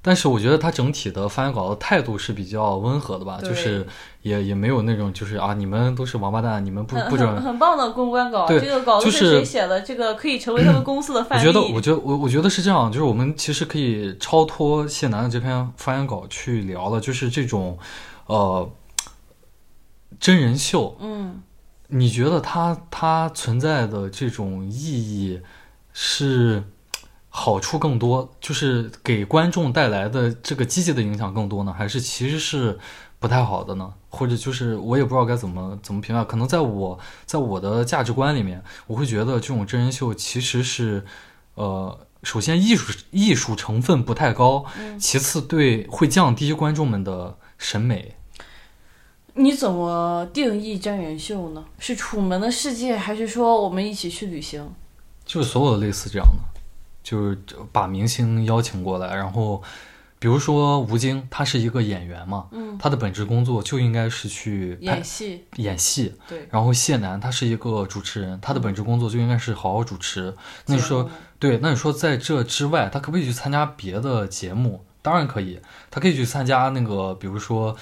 A: 但是我觉得他整体的发言稿的态度是比较温和的吧，
B: 对
A: 就是也也没有那种就是啊，你们都是王八蛋，你们 不
B: 很
A: 不
B: 很
A: 准。
B: 很棒的公关稿，
A: 对
B: 这个稿子
A: 就是
B: 是谁写的？这个可以成为他们公司的
A: 我
B: 范例。
A: 觉得，我觉得，我我觉得是这样，就是我们其实可以超脱谢楠的这篇发言稿去聊了，就是这种，呃，真人秀，
B: 嗯，
A: 你觉得它它存在的这种意义是好处更多，就是给观众带来的这个积极的影响更多呢，还是其实是不太好的呢？或者就是我也不知道该怎么怎么评价，可能在我在我的价值观里面，我会觉得这种真人秀其实是呃。首先，艺术艺术成分不太高，
B: 嗯
A: 其次对会降低观众们的审美。
B: 你怎么定义真人秀呢？是《楚门的世界》，还是说我们一起去旅行？
A: 就是所有类似这样的，就是把明星邀请过来，然后比如说吴京，他是一个演员嘛，
B: 嗯，
A: 他的本职工作就应该是去拍
B: 演戏，
A: 演戏。
B: 对，
A: 然后谢楠他是一个主持人，他的本职工作就应该是好好主持。那你
B: 节
A: 说
B: 目
A: 对，那你说在这之外，他可不可以去参加别的节目？当然可以，他可以去参加那个，比如说《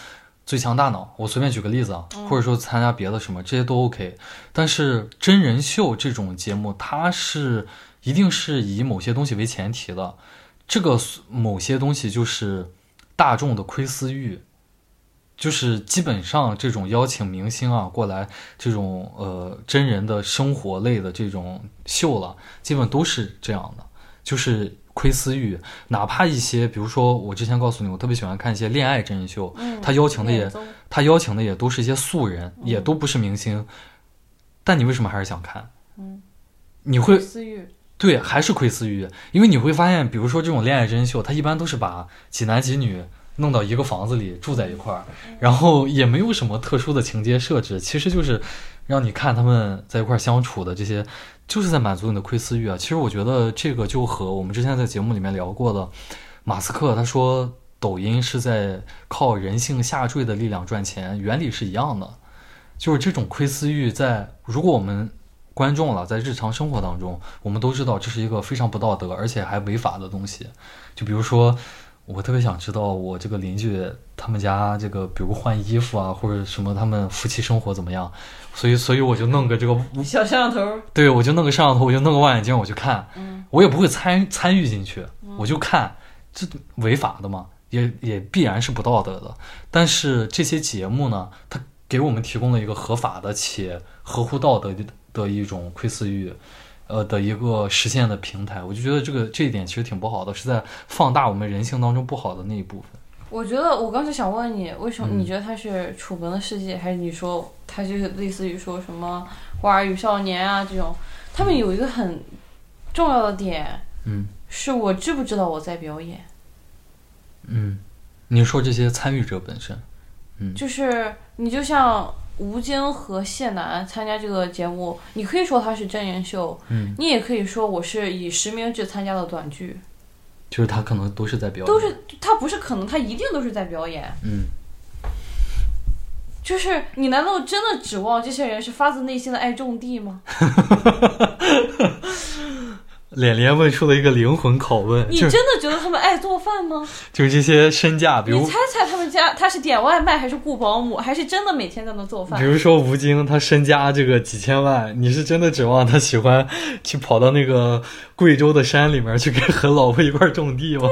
A: 最强大脑》，我随便举个例子啊，或者说参加别的什么，这些都 OK。但是真人秀这种节目，它是一定是以某些东西为前提的。这个某些东西就是大众的窥私欲，就是基本上这种邀请明星啊过来这种呃真人的生活类的这种秀了，基本都是这样的，就是窥私欲。哪怕一些，比如说我之前告诉你，我特别喜欢看一些恋爱真人秀，
B: 嗯
A: 他邀请的也
B: 恋综
A: 他邀请的也都是一些素人，也都不是明星，但你为什么还是想看？
B: 嗯，
A: 你会
B: 私欲，
A: 对，还是窥私欲，因为你会发现，比如说这种恋爱真人秀，它一般都是把几男几女弄到一个房子里住在一块儿，然后也没有什么特殊的情节设置，其实就是让你看他们在一块儿相处的这些，就是在满足你的窥私欲啊。其实我觉得这个就和我们之前在节目里面聊过的，马斯克他说抖音是在靠人性下坠的力量赚钱，原理是一样的，就是这种窥私欲在如果我们观众了，在日常生活当中，我们都知道这是一个非常不道德而且还违法的东西。就比如说，我特别想知道我这个邻居他们家这个，比如换衣服啊，或者什么，他们夫妻生活怎么样？所以，所以我就弄个这个，
B: 小摄像头，
A: 对我就弄个摄像头，我就弄个望远镜，我去看，
B: 嗯
A: 我也不会参参与进去，我就看，这违法的嘛，也也必然是不道德的。但是这些节目呢，它给我们提供了一个合法的且合乎道德的的一种窥私欲，呃的一个实现的平台。我就觉得这个这一点其实挺不好的，是在放大我们人性当中不好的那一部分。
B: 我觉得我刚才想问你，为什
A: 嗯
B: 么你觉得它是《楚门的世界》，还是你说它就是类似于说什么《花儿与少年》啊这种？他们有一个很重要的点，
A: 嗯，
B: 是我知不知道我在表演，
A: 嗯，你说这些参与者本身，
B: 就是你就像。吴京和谢楠参加这个节目，你可以说他是真人秀，
A: 嗯，
B: 你也可以说我是以实名制参加的短剧，
A: 就是他可能都是在表演，
B: 都是他不是可能，他一定都是在表演。
A: 哦嗯。
B: 就是你难道真的指望这些人是发自内心的爱种 地吗？
A: 脸脸问出了一个灵魂拷问，
B: 你
A: 就
B: 真
A: 是
B: 的觉得他们爱做 饭吗？
A: 就是这些身价，比
B: 你
A: 如
B: 猜猜他们家他是点外卖还是雇保姆，还是真的每天在那做
A: 比
B: 饭？
A: 如说吴京，他身家这个几千万，你是真的指望他喜欢去跑到那个贵州的山里面去跟和老婆一块儿种地吗？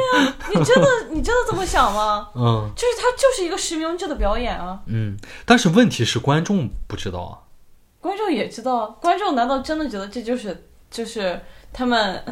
B: 你真的你真的这么想吗？
A: 嗯
B: 就是他就是一个实名制的表演啊，
A: 嗯，但是问题是观众不知道啊，
B: 观众也知道，观众难道真的觉得这就是就是他们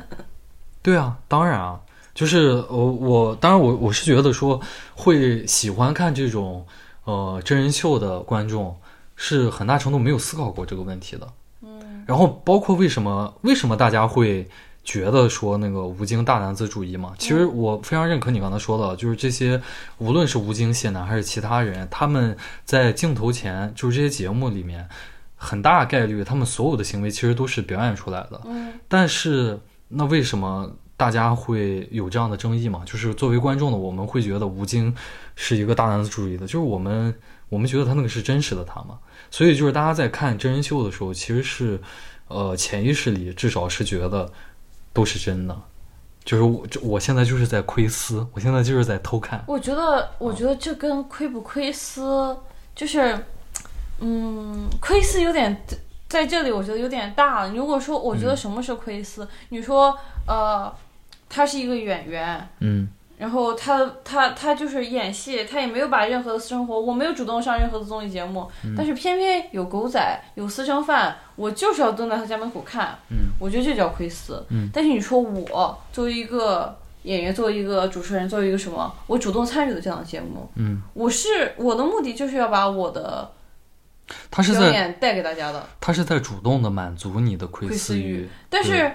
A: 对啊，当然啊，就是我我当然我我是觉得说会喜欢看这种呃真人秀的观众是很大程度没有思考过这个问题的。嗯，然后包括为什么为什么大家会觉得说那个吴京大男子主义嘛？其实我非常认可你刚才说的，就是这些无论是吴京、谢楠还是其他人，他们在镜头前就是这些节目里面，很大概率他们所有的行为其实都是表演出来的。
B: 嗯
A: 但是那为什么大家会有这样的争议嘛？就是作为观众的我们会觉得吴京是一个大男子主义的，就是我们我们觉得他那个是真实的他嘛。所以就是大家在看真人秀的时候，其实是呃潜意识里至少是觉得都是真的。就是我，这我现在就是在窥私，我现在就是在偷看。
B: 我觉得，我觉得这跟亏不亏私，就是，嗯，亏私有点在这里，我觉得有点大了。如果说我觉得什么是亏私，你说，呃，他是一个演员，
A: 嗯
B: 然后他他他就是演戏，他也没有把任何的私生活，我没有主动上任何的综艺节目，
A: 嗯
B: 但是偏偏有狗仔有私生饭，我就是要蹲在他家门口看，
A: 嗯
B: 我觉得这叫窥私。
A: 嗯
B: 但是你说我作为一个演员，作为一个主持人，作为一个什么，我主动参与了这样的节目，
A: 嗯，
B: 我是我的目的就是要把我的
A: 他是
B: 表
A: 在
B: 演带给大家的，
A: 他是在主动的满足你的窥
B: 窥私
A: 私
B: 欲
A: 欲，
B: 但是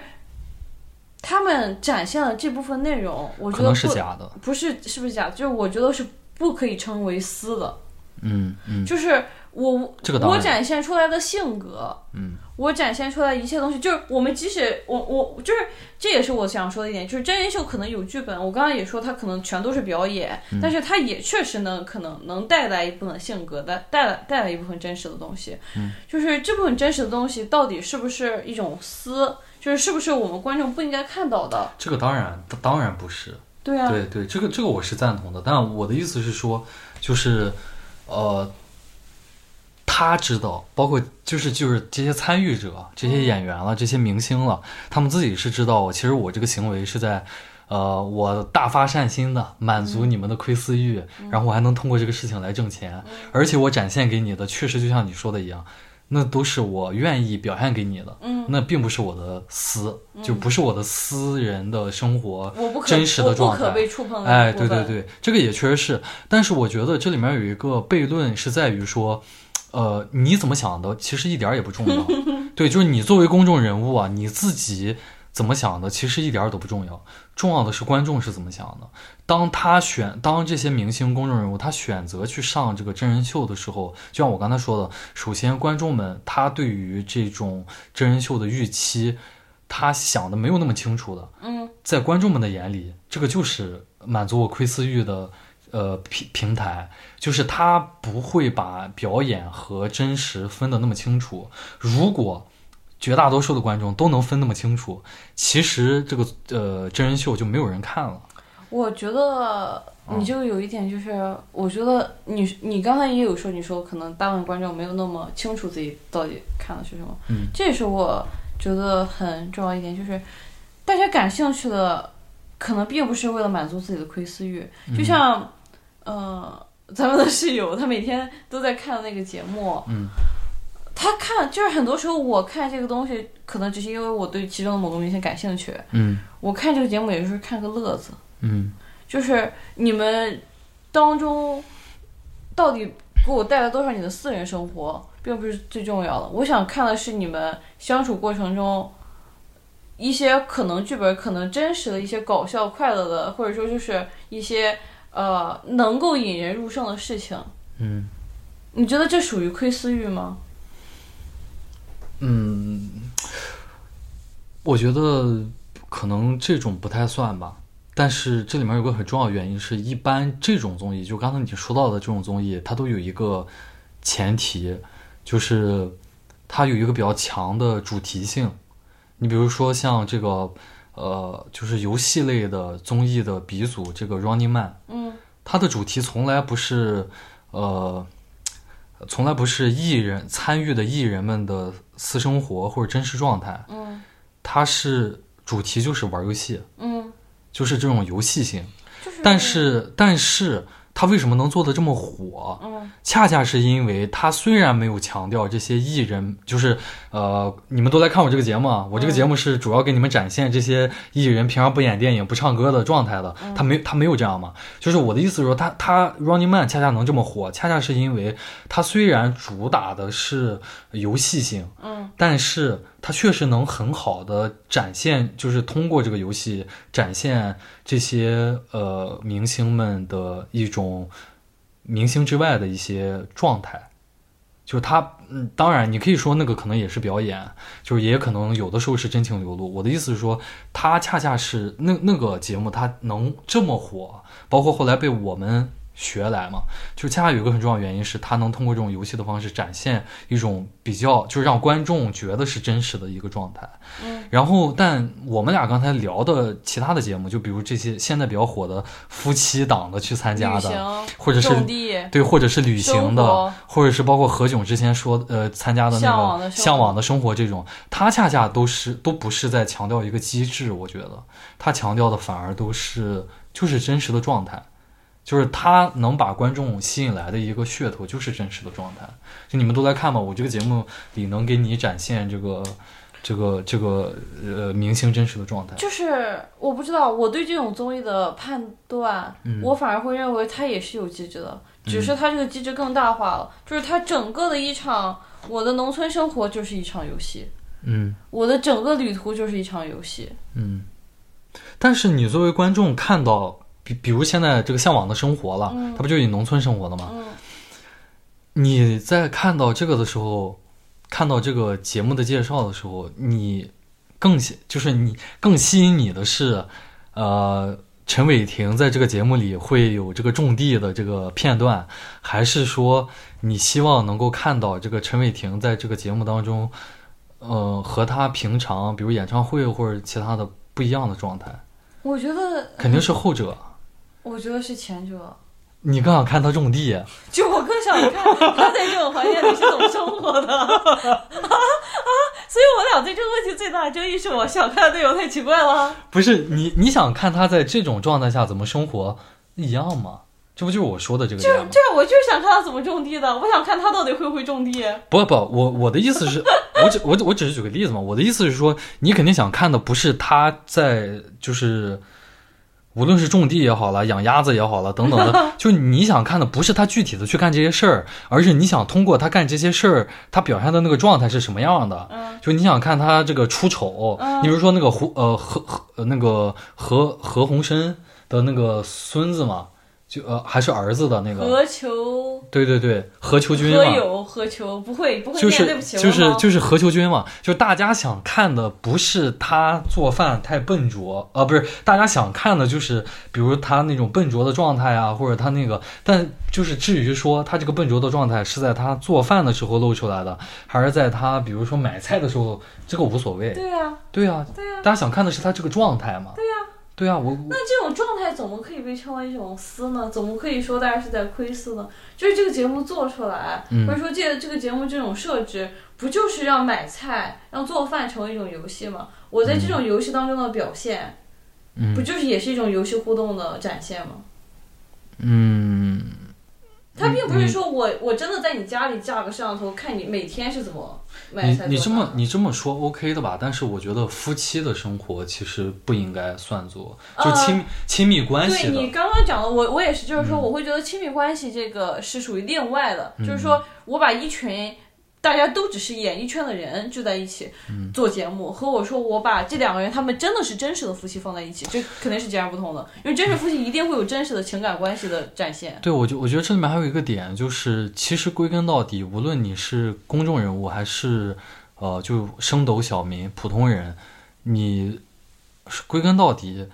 B: 他们展现了这部分内容，我
A: 可
B: 觉得
A: 能是
B: 不
A: 假的。
B: 不是是不是假，就是我觉得是不可以称为私的。
A: 嗯嗯，
B: 就是我
A: 这个当
B: 我
A: 然
B: 展现出来的性格，
A: 嗯，
B: 我展现出来一切东西，就是我们即使我我就是这也是我想说的一点，就是真人秀可能有剧本，我刚刚也说它可能全都是表演，
A: 嗯
B: 但是它也确实能可能能带来一部分性格，带带来带来一部分真实的东西，嗯，就是这部分真实的东西到底是不是一种私，就是是不是我们观众不应该看到的？
A: 这个当然当然不是。
B: 对啊，
A: 对对，这个这个我是赞同的，但我的意思是说，就是，呃，他知道，包括就是就是这些参
B: 嗯
A: 与者、这些演员了、这些明星了，他们自己是知道，其实我这个行为是在。呃，我大发善心的满足
B: 嗯
A: 你们的窥私欲，然后我还能通过这个事情来挣钱，
B: 嗯
A: 而且我展现给你的确实就像你说的一样，那都是我愿意表现给你的，
B: 嗯
A: 那并不是我的私，就不是我的私人的生活
B: 我不可
A: 真实
B: 我
A: 的状
B: 不可
A: 态。
B: 被触碰的
A: 哎，
B: 部
A: 对对
B: 分，
A: 对，这个也确实是，但是我觉得这里面有一个悖论是在于说，呃，你怎么想的其实一点儿也不重 要，对，就是你作为公众人物啊，你自己怎么想的其实一点儿都不重要，重要的是观众是怎么想的。当他选，当这些明星、公众人物他选择去上这个真人秀的时候，就像我刚才说的，首先观众们他对于这种真人秀的预期，他想的没有那么清楚的。
B: 嗯，
A: 在观众们的眼里，这个就是满足我窥私欲的呃平平台，就是他不会把表演和真实分得那么清楚。如果绝大多数的观众都能分那么清楚，其实这个呃真人秀就没有人看了。
B: 我觉得你就有一点就是，我觉得你你刚才也有说，你说可能大部分观众没有那么清楚自己到底看的是什么，
A: 嗯，
B: 这也是我觉得很重要一点，就是大家感兴趣的，可能并不是为了满足自己的窥私欲，
A: 嗯
B: 就像，呃，咱们的室友，他每天都在看那个节目，
A: 嗯，
B: 他看就是很多时候我看这个东西，可能只是因为我对其中的某个明星感兴趣，
A: 嗯
B: 我看这个节目也就是看个乐子。
A: 嗯
B: 就是你们当中到底给我带来多少你的私人生活，并不是最重要的。我想看的是你们相处过程中一些可能剧本、可能真实的一些搞笑、快乐的，或者说就是一些呃能够引人入胜的事情。
A: 嗯
B: 你觉得这属于窥私欲吗？
A: 嗯，我觉得可能这种不太算吧。但是这里面有个很重要的原因是，一般这种综艺，就刚才你说到的这种综艺，它都有一个前提，就是它有一个比较强的主题性。你比如说像这个，呃，就是游戏类的综艺的鼻祖，这个 Running Man，
B: 嗯
A: 它的主题从来不是，呃，从来不是艺人参与的艺人们的私生活或者真实状态，
B: 嗯
A: 它是主题就是玩游戏，
B: 嗯，
A: 就是这种游戏性。
B: 就是。
A: 但是，但是它为什么能做的这么火？
B: 嗯
A: 恰恰是因为它虽然没有强调这些艺人，就是呃，你们都来看我这个节目啊，我这个节目是主要给你们展现这些艺人平常不演电影、不唱歌的状态的。
B: 嗯
A: 他没他没有这样嘛？就是我的意思是说，他他 Running Man 恰恰能这么火，恰恰是因为他虽然主打的是游戏性，
B: 嗯，
A: 但是它确实能很好的展现，就是通过这个游戏展现这些呃明星们的一种明星之外的一些状态。就他，嗯，当然，你可以说那个可能也是表演，就是也可能有的时候是真情流露。我的意思是说，他恰恰是那那个节目，他能这么火，包括后来被我们学来嘛，就恰恰有一个很重要的原因是，他能通过这种游戏的方式展现一种比较，就是让观众觉得是真实的一个状态。
B: 嗯，
A: 然后，但我们俩刚才聊的其他的节目，就比如这些现在比较火的夫妻档的去参加
B: 旅
A: 的，
B: 行，
A: 或者是
B: 种地，
A: 对，或者是旅行
B: 生
A: 的
B: 活，
A: 或者是包括何炅之前说呃参加的那
B: 向往
A: 个
B: 的生活
A: 向往的生活这种，他恰恰都是都不是在强调一个机制，我觉得他强调的反而都是就是真实的状态，就是他能把观众吸引来的一个噱头就是真实的状态，就你们都来看吧，我这个节目里能给你展现这个这个这个呃明星真实的状态，
B: 就是我不知道，我对这种综艺的判断，我反而会认为它也是有机制的，只是它这个机制更大化了。就是它整个的一场，我的农村生活就是一场游戏，
A: 嗯。
B: 我的整个旅途就是一场游戏。
A: 嗯，但是你作为观众看到，比比如现在这个向往的生活了，它不就以农村生活的吗？
B: 嗯
A: 你在看到这个的时候，看到这个节目的介绍的时候，你更吸就是你更吸引你的是，呃，陈伟霆在这个节目里会有这个种地的这个片段，还是说你希望能够看到这个陈伟霆在这个节目当中，呃，和他平常比如演唱会或者其他的不一样的状态？
B: 我觉得，
A: 肯定是后者。
B: 我觉得是前者。
A: 你更想看他种地，
B: 就我更想看他在这种环境里是怎么生活的，啊啊，所以我俩对这个问题最大的争议是我想看的内容太奇怪了。
A: 不是你，你想看他在这种状态下怎么生活，一样吗？这不就是我说的这个
B: 就是
A: 点吗？
B: 就是我就是想看他怎么种地的，我想看他到底会不会种地。
A: 不不，我我的意思是，我只我只我只是举个例子嘛。我的意思是说，你肯定想看的不是他在就是，无论是种地也好了，养鸭子也好了，等等 的，就是你想看的不是他具体的去干这些事儿，而是你想通过他干这些事儿，他表现的那个状态是什么样的。
B: 嗯
A: 就你想看他这个出丑，
B: 嗯
A: 你比如说那个胡呃何何呃那个何何鸿燊的那个孙子嘛，就呃还是儿子的那个，
B: 何求
A: 对对对，何求君
B: 何
A: 嘛。
B: 有何求？不会不会
A: 就
B: 念，
A: 是
B: 对不起，
A: 就是
B: 是
A: 就是何求君嘛，就是大家想看的不是他做饭太笨拙啊、不是大家想看的就是比如他那种笨拙的状态啊，或者他那个，但就是至于说他这个笨拙的状态是在他做饭的时候露出来的，还是在他比如说买菜的时候，这个无所谓。
B: 对啊，
A: 对啊，
B: 对啊，
A: 大家想看的是他这个状态嘛。对呀、对啊，我我
B: 那这种状态怎么可以被称为一种私呢？怎么可以说大家是在窥私呢？就是这个节目做出来，
A: 嗯
B: 或者说这这个节目这种设置，不就是让买菜、让做饭成为一种游戏吗？我在这种游戏当中的表现，
A: 嗯
B: 不就是也是一种游戏互动的展现吗？
A: 嗯，
B: 他并不是
A: 你
B: 说我我真的在你家里架个摄像头，看你每天是怎么买
A: 你
B: 菜
A: 你
B: 做
A: 这
B: 饭
A: 么
B: 的
A: 你这么说 OK 的吧？但是我觉得夫妻的生活其实不应该算作就
B: 呃
A: 亲、亲密关系
B: 对你
A: 的，嗯
B: 刚刚讲的，我我也是，就是说，我会觉得亲密关系这个是属于另外的，就是
A: 嗯
B: 说我把一群大家都只是演艺圈的人聚在一起
A: 嗯
B: 做节目，和我说我把这两个人他们真的是真实的夫妻放在一起，这肯定是截然不同的，因为真实夫妻一定会有真实的情感关系的展现。
A: 对我觉我觉得这里面还有一个点，就是其实归根到底，无论你是公众人物还是呃就升斗小民普通人，你是归根到底，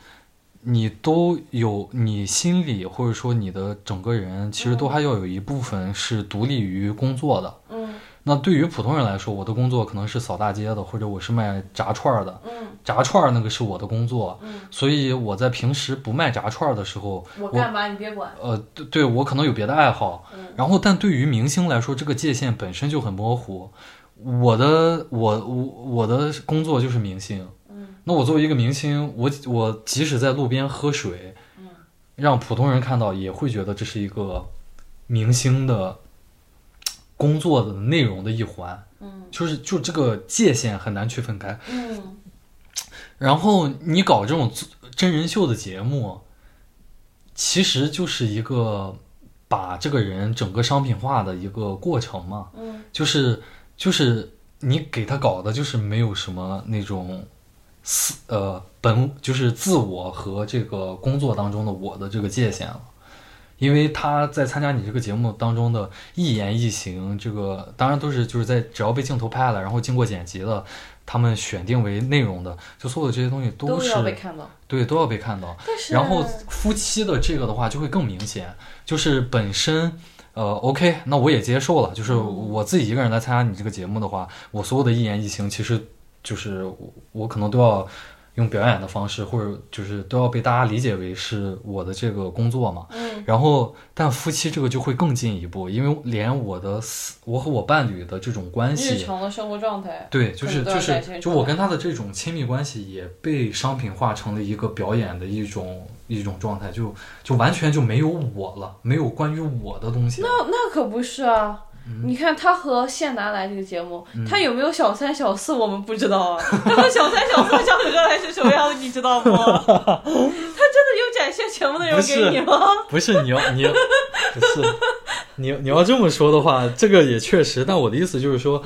A: 你都有你心里或者说你的整个人，其实都还要有一部分是独立于工作的。
B: 嗯
A: 那对于普通人来说，我的工作可能是扫大街的，或者我是卖炸串儿的，
B: 嗯
A: 炸串儿那个是我的工作，
B: 嗯，
A: 所以我在平时不卖炸串儿的时候，
B: 我干嘛你别管。
A: 呃，对对我可能有别的爱好，
B: 嗯
A: 然后但对于明星来说，这个界限本身就很模糊。我的我我我的工作就是明星，
B: 嗯
A: 那我作为一个明星，我我即使在路边喝水，
B: 嗯
A: 让普通人看到也会觉得这是一个明星的工作的内容的一环。
B: 嗯
A: 就是就这个界限很难区分开。
B: 嗯，
A: 然后你搞这种自真人秀的节目，其实就是一个把这个人整个商品化的一个过程嘛，
B: 嗯
A: 就是就是你给他搞的就是没有什么那种私呃本就是自我和这个工作当中的我的这个界限了。因为他在参加你这个节目当中的一言一行，这个当然都是就是在只要被镜头拍了，然后经过剪辑的，他们选定为内容的，就所有这些东西
B: 都
A: 是
B: 要被看到。
A: 对都要被看到。
B: 但是，
A: 然后夫妻的这个的话就会更明显，就是本身。呃，OK，那我也接受了。就是
B: 嗯
A: 我自己一个人来参加你这个节目的话，我所有的一言一行，其实就是我我可能都要用表演的方式，或者就是都要被大家理解为是我的这个工作嘛。
B: 嗯
A: 然后，但夫妻这个就会更进一步，因为连我的私我和我伴侣的这种关
B: 日
A: 系，
B: 常的生活状态，
A: 对，就是
B: 很
A: 就
B: 多人
A: 是
B: 在宣传
A: 就我跟他的这种亲密关系也被商品化成了一个表演的一种一种状态，就就完全就没有我了，没有关于我的东西了。
B: 那哦那可不是啊！
A: 嗯
B: 你看他和谢楠来这个节目，他有没有小三小四我们不知道啊。他和小三小四小哥还是什么样的，你知道不？ 他真的有展现全部内容给你吗？
A: 不是你要你要不是你你要这么说的话，这个也确实。但我的意思就是说，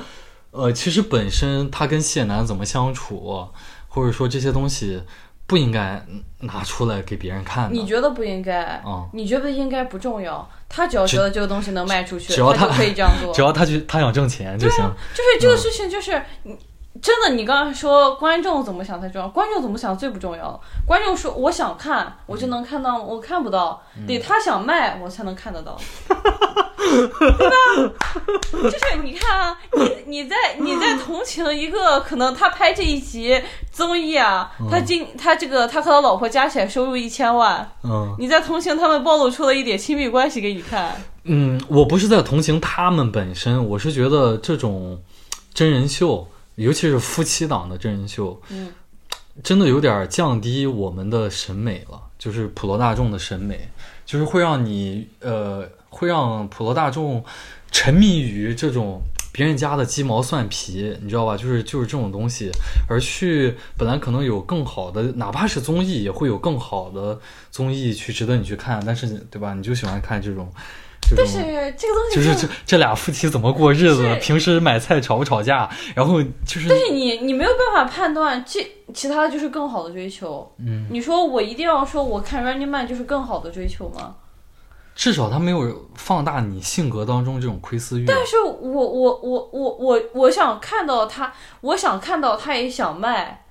A: 呃，其实本身他跟谢楠怎么相处，或者说这些东西不应该拿出来给别人看
B: 你
A: 的。
B: 觉得不应该
A: 嗯？
B: 你觉得应该不重要？他只要觉得这个东西能卖出去，
A: 只要
B: 他
A: 他
B: 就可以这样做。
A: 只要他去他想挣钱就行。
B: 就是
A: 嗯
B: 这个事情，就是你真的，你刚刚说观众怎么想才重要，观众怎么想最不重要。观众说我想看，我就能看到，我看不到，
A: 嗯
B: 得他想卖，我才能看得到，对吧？ 就是你看啊，你你在你在同情一个可能他拍这一集综艺啊，
A: 嗯
B: 他今他这个他和他老婆加起来收入一千万，
A: 嗯
B: 你在同情他们暴露出了一点亲密关系给你看，
A: 嗯，我不是在同情他们本身，我是觉得这种真人秀尤其是夫妻档的真人秀，
B: 嗯
A: 真的有点降低我们的审美了，就是普罗大众的审美，就是会让你呃，会让普罗大众沉迷于这种别人家的鸡毛蒜皮，你知道吧？就是就是这种东西，而去本来可能有更好的，哪怕是综艺，也会有更好的综艺去值得你去看，但是对吧？你就喜欢看这种。这种
B: 但是这个东西
A: 就是这这俩夫妻怎么过日子
B: 是？
A: 平时买菜吵不吵架？然后就是
B: 但是你你没有办法判断，这其他的就是更好的追求。
A: 嗯，
B: 你说我一定要说我看 Running Man 就是更好的追求吗？
A: 至少他没有放大你性格当中这种窥私欲。
B: 但是我我我我我我想看到他，我想看到他也想卖，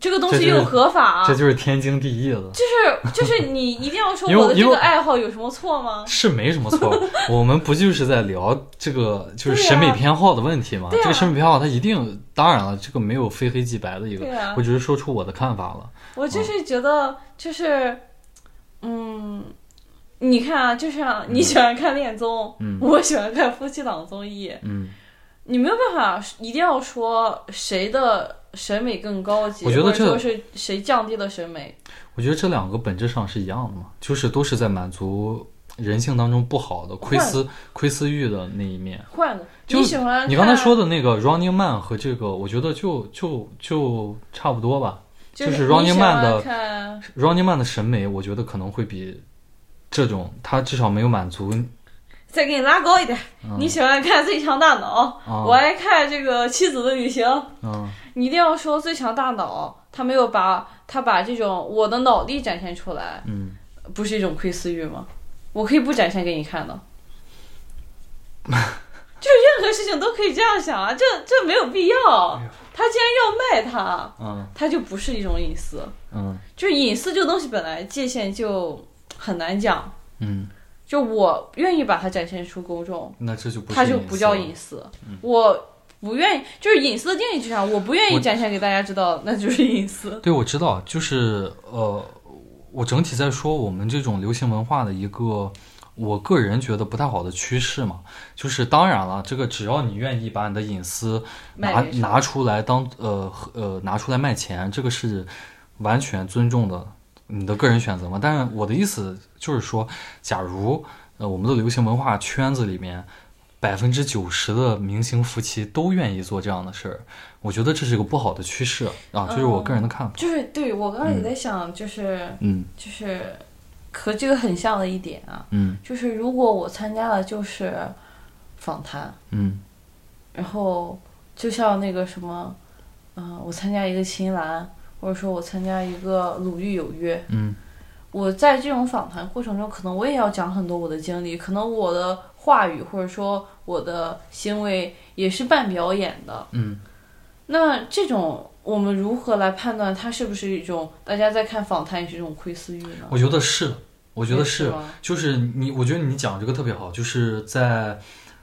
B: 这个东
A: 这
B: 西
A: 就是
B: 又合法、
A: 这就是天经地义的，
B: 就是就是你一定要说
A: 因为
B: 我的这
A: 因为
B: 个爱好有什么错吗？
A: 是没什么错。我们不就是在聊这个就是
B: 对呀啊
A: 审美偏好的问题吗？
B: 对啊呀
A: 这个审美偏好它一定，当然了，这个没有非黑即白的一个，
B: 对啊呀
A: 我只是说出我的看法了。
B: 我就是觉得就是，嗯，你看啊，就像你喜欢看恋综，
A: 嗯
B: 我喜欢看夫妻档综艺，
A: 嗯，
B: 你没有办法一定要说谁的审美更高级，
A: 我觉得
B: 或者
A: 这
B: 说是谁降低了审美。
A: 我觉得这两个本质上是一样的嘛，就是都是在满足人性当中不好的窥私窥私欲的那一面。
B: 换个
A: 就
B: 你喜欢
A: 你刚才
B: 看
A: 说的那个 Running Man 和这个，我觉得就就就差不多吧。
B: 就
A: 就是
B: 你
A: Running
B: 喜
A: Man
B: 欢
A: 的
B: 看
A: Running Man 的审美，我觉得可能会比这种，他至少没有满足
B: 再给你拉高一点，
A: 嗯
B: 你喜欢看《最强大脑》
A: 啊
B: 我爱看这个《妻子的旅行》。
A: 嗯
B: 你一定要说《最强大脑》，他没有把他把这种我的脑力展现出来，
A: 嗯，
B: 不是一种窥私欲吗？我可以不展现给你看的， 就是任何事情都可以这样想啊，这这没有必要。他既然要卖它，
A: 哎嗯
B: 它就不是一种隐私，
A: 嗯
B: 就是隐私这个东西本来界限就很难讲，
A: 嗯，
B: 就我愿意把它展现出公众，
A: 那这就不是
B: 它就不叫
A: 隐嗯
B: 隐私。我不愿意，就是隐私的定义就像我不愿意
A: 我
B: 展现给大家知道，那就是隐
A: 私。
B: 私。
A: 对，我知道，就是呃，我整体在说我们这种流行文化的一个。我个人觉得不太好的趋势嘛，就是当然了，这个只要你愿意把你的隐私拿
B: 卖给谁
A: 拿出来当呃和呃拿出来卖钱，这个是完全尊重的你的个人选择嘛。但是我的意思就是说，假如呃我们的流行文化圈子里面百分之九十的明星夫妻都愿意做这样的事儿，我觉得这是一个不好的趋势啊，这是我个人的看法。
B: 就是对我刚刚也在想，就是
A: 嗯
B: 就是和这个很像的一点啊，
A: 嗯
B: 就是如果我参加了就是访谈，
A: 嗯
B: 然后就像那个什么，嗯、我参加一个秦岚，或者说我参加一个鲁豫有约，
A: 嗯
B: 我在这种访谈过程中，可能我也要讲很多我的经历，可能我的话语或者说我的行为也是半表演的。
A: 嗯，
B: 那这种我们如何来判断它是不是一种大家在看访谈也是一种窥私欲呢？
A: 我觉得是的，我
B: 我
A: 觉得是。
B: 吗
A: 就是你，我觉得你讲这个特别好，就是在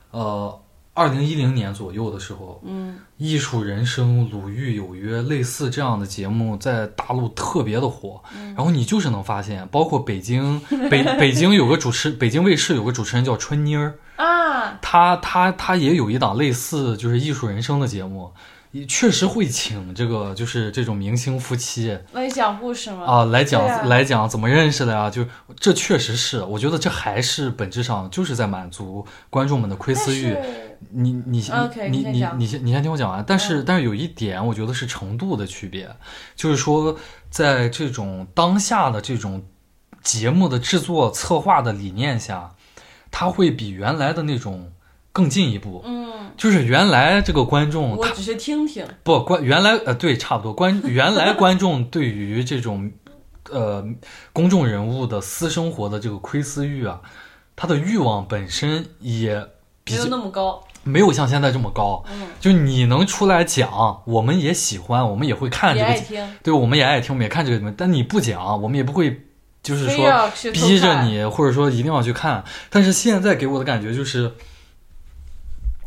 A: 呃二零一零年左右的时候，
B: 嗯，
A: 艺术人生、鲁豫有约类似这样的节目在大陆特别的火，然后你就是能发现，包括北京 北北京有个主持，北京卫视有个主持人叫春妮儿，
B: 啊，
A: 她她她也有一档类似就是艺术人生的节目。也确实会请这个就是这种明星夫妻，
B: 那你讲故事吗？
A: 啊，来讲、
B: 对啊
A: 来讲怎么认识的呀？就这确实是，我觉得这还是本质上就是在满足观众们的窥
B: 但
A: 私欲。
B: 是
A: 你你先
B: OK，
A: 你
B: 你先
A: 你
B: 讲嗯
A: 你先你先听我讲完。但是、但是有一点，我觉得是程度的区别，就是说在这种当下的这种节目的制作策划的理念下，它会比原来的那种更进一步。
B: 嗯，
A: 就是原来这个观众
B: 我
A: 他
B: 只是听听，
A: 不观原来呃对差不多观原来观众对于这种呃公众人物的私生活的这个窥私欲啊，他的欲望本身也比
B: 没有那么高。
A: 没有像现在这么高。
B: 嗯，
A: 就你能出来讲，我们也喜欢，我们也会看
B: 也
A: 这个
B: 爱
A: 节，
B: 听，
A: 对，我们也爱听，我们也看这个节目。但你不讲，我们也不会，就是
B: 非
A: 说
B: 要去偷
A: 逼着
B: 看。
A: 你，或者说一定要去看。但是现在给我的感觉就是，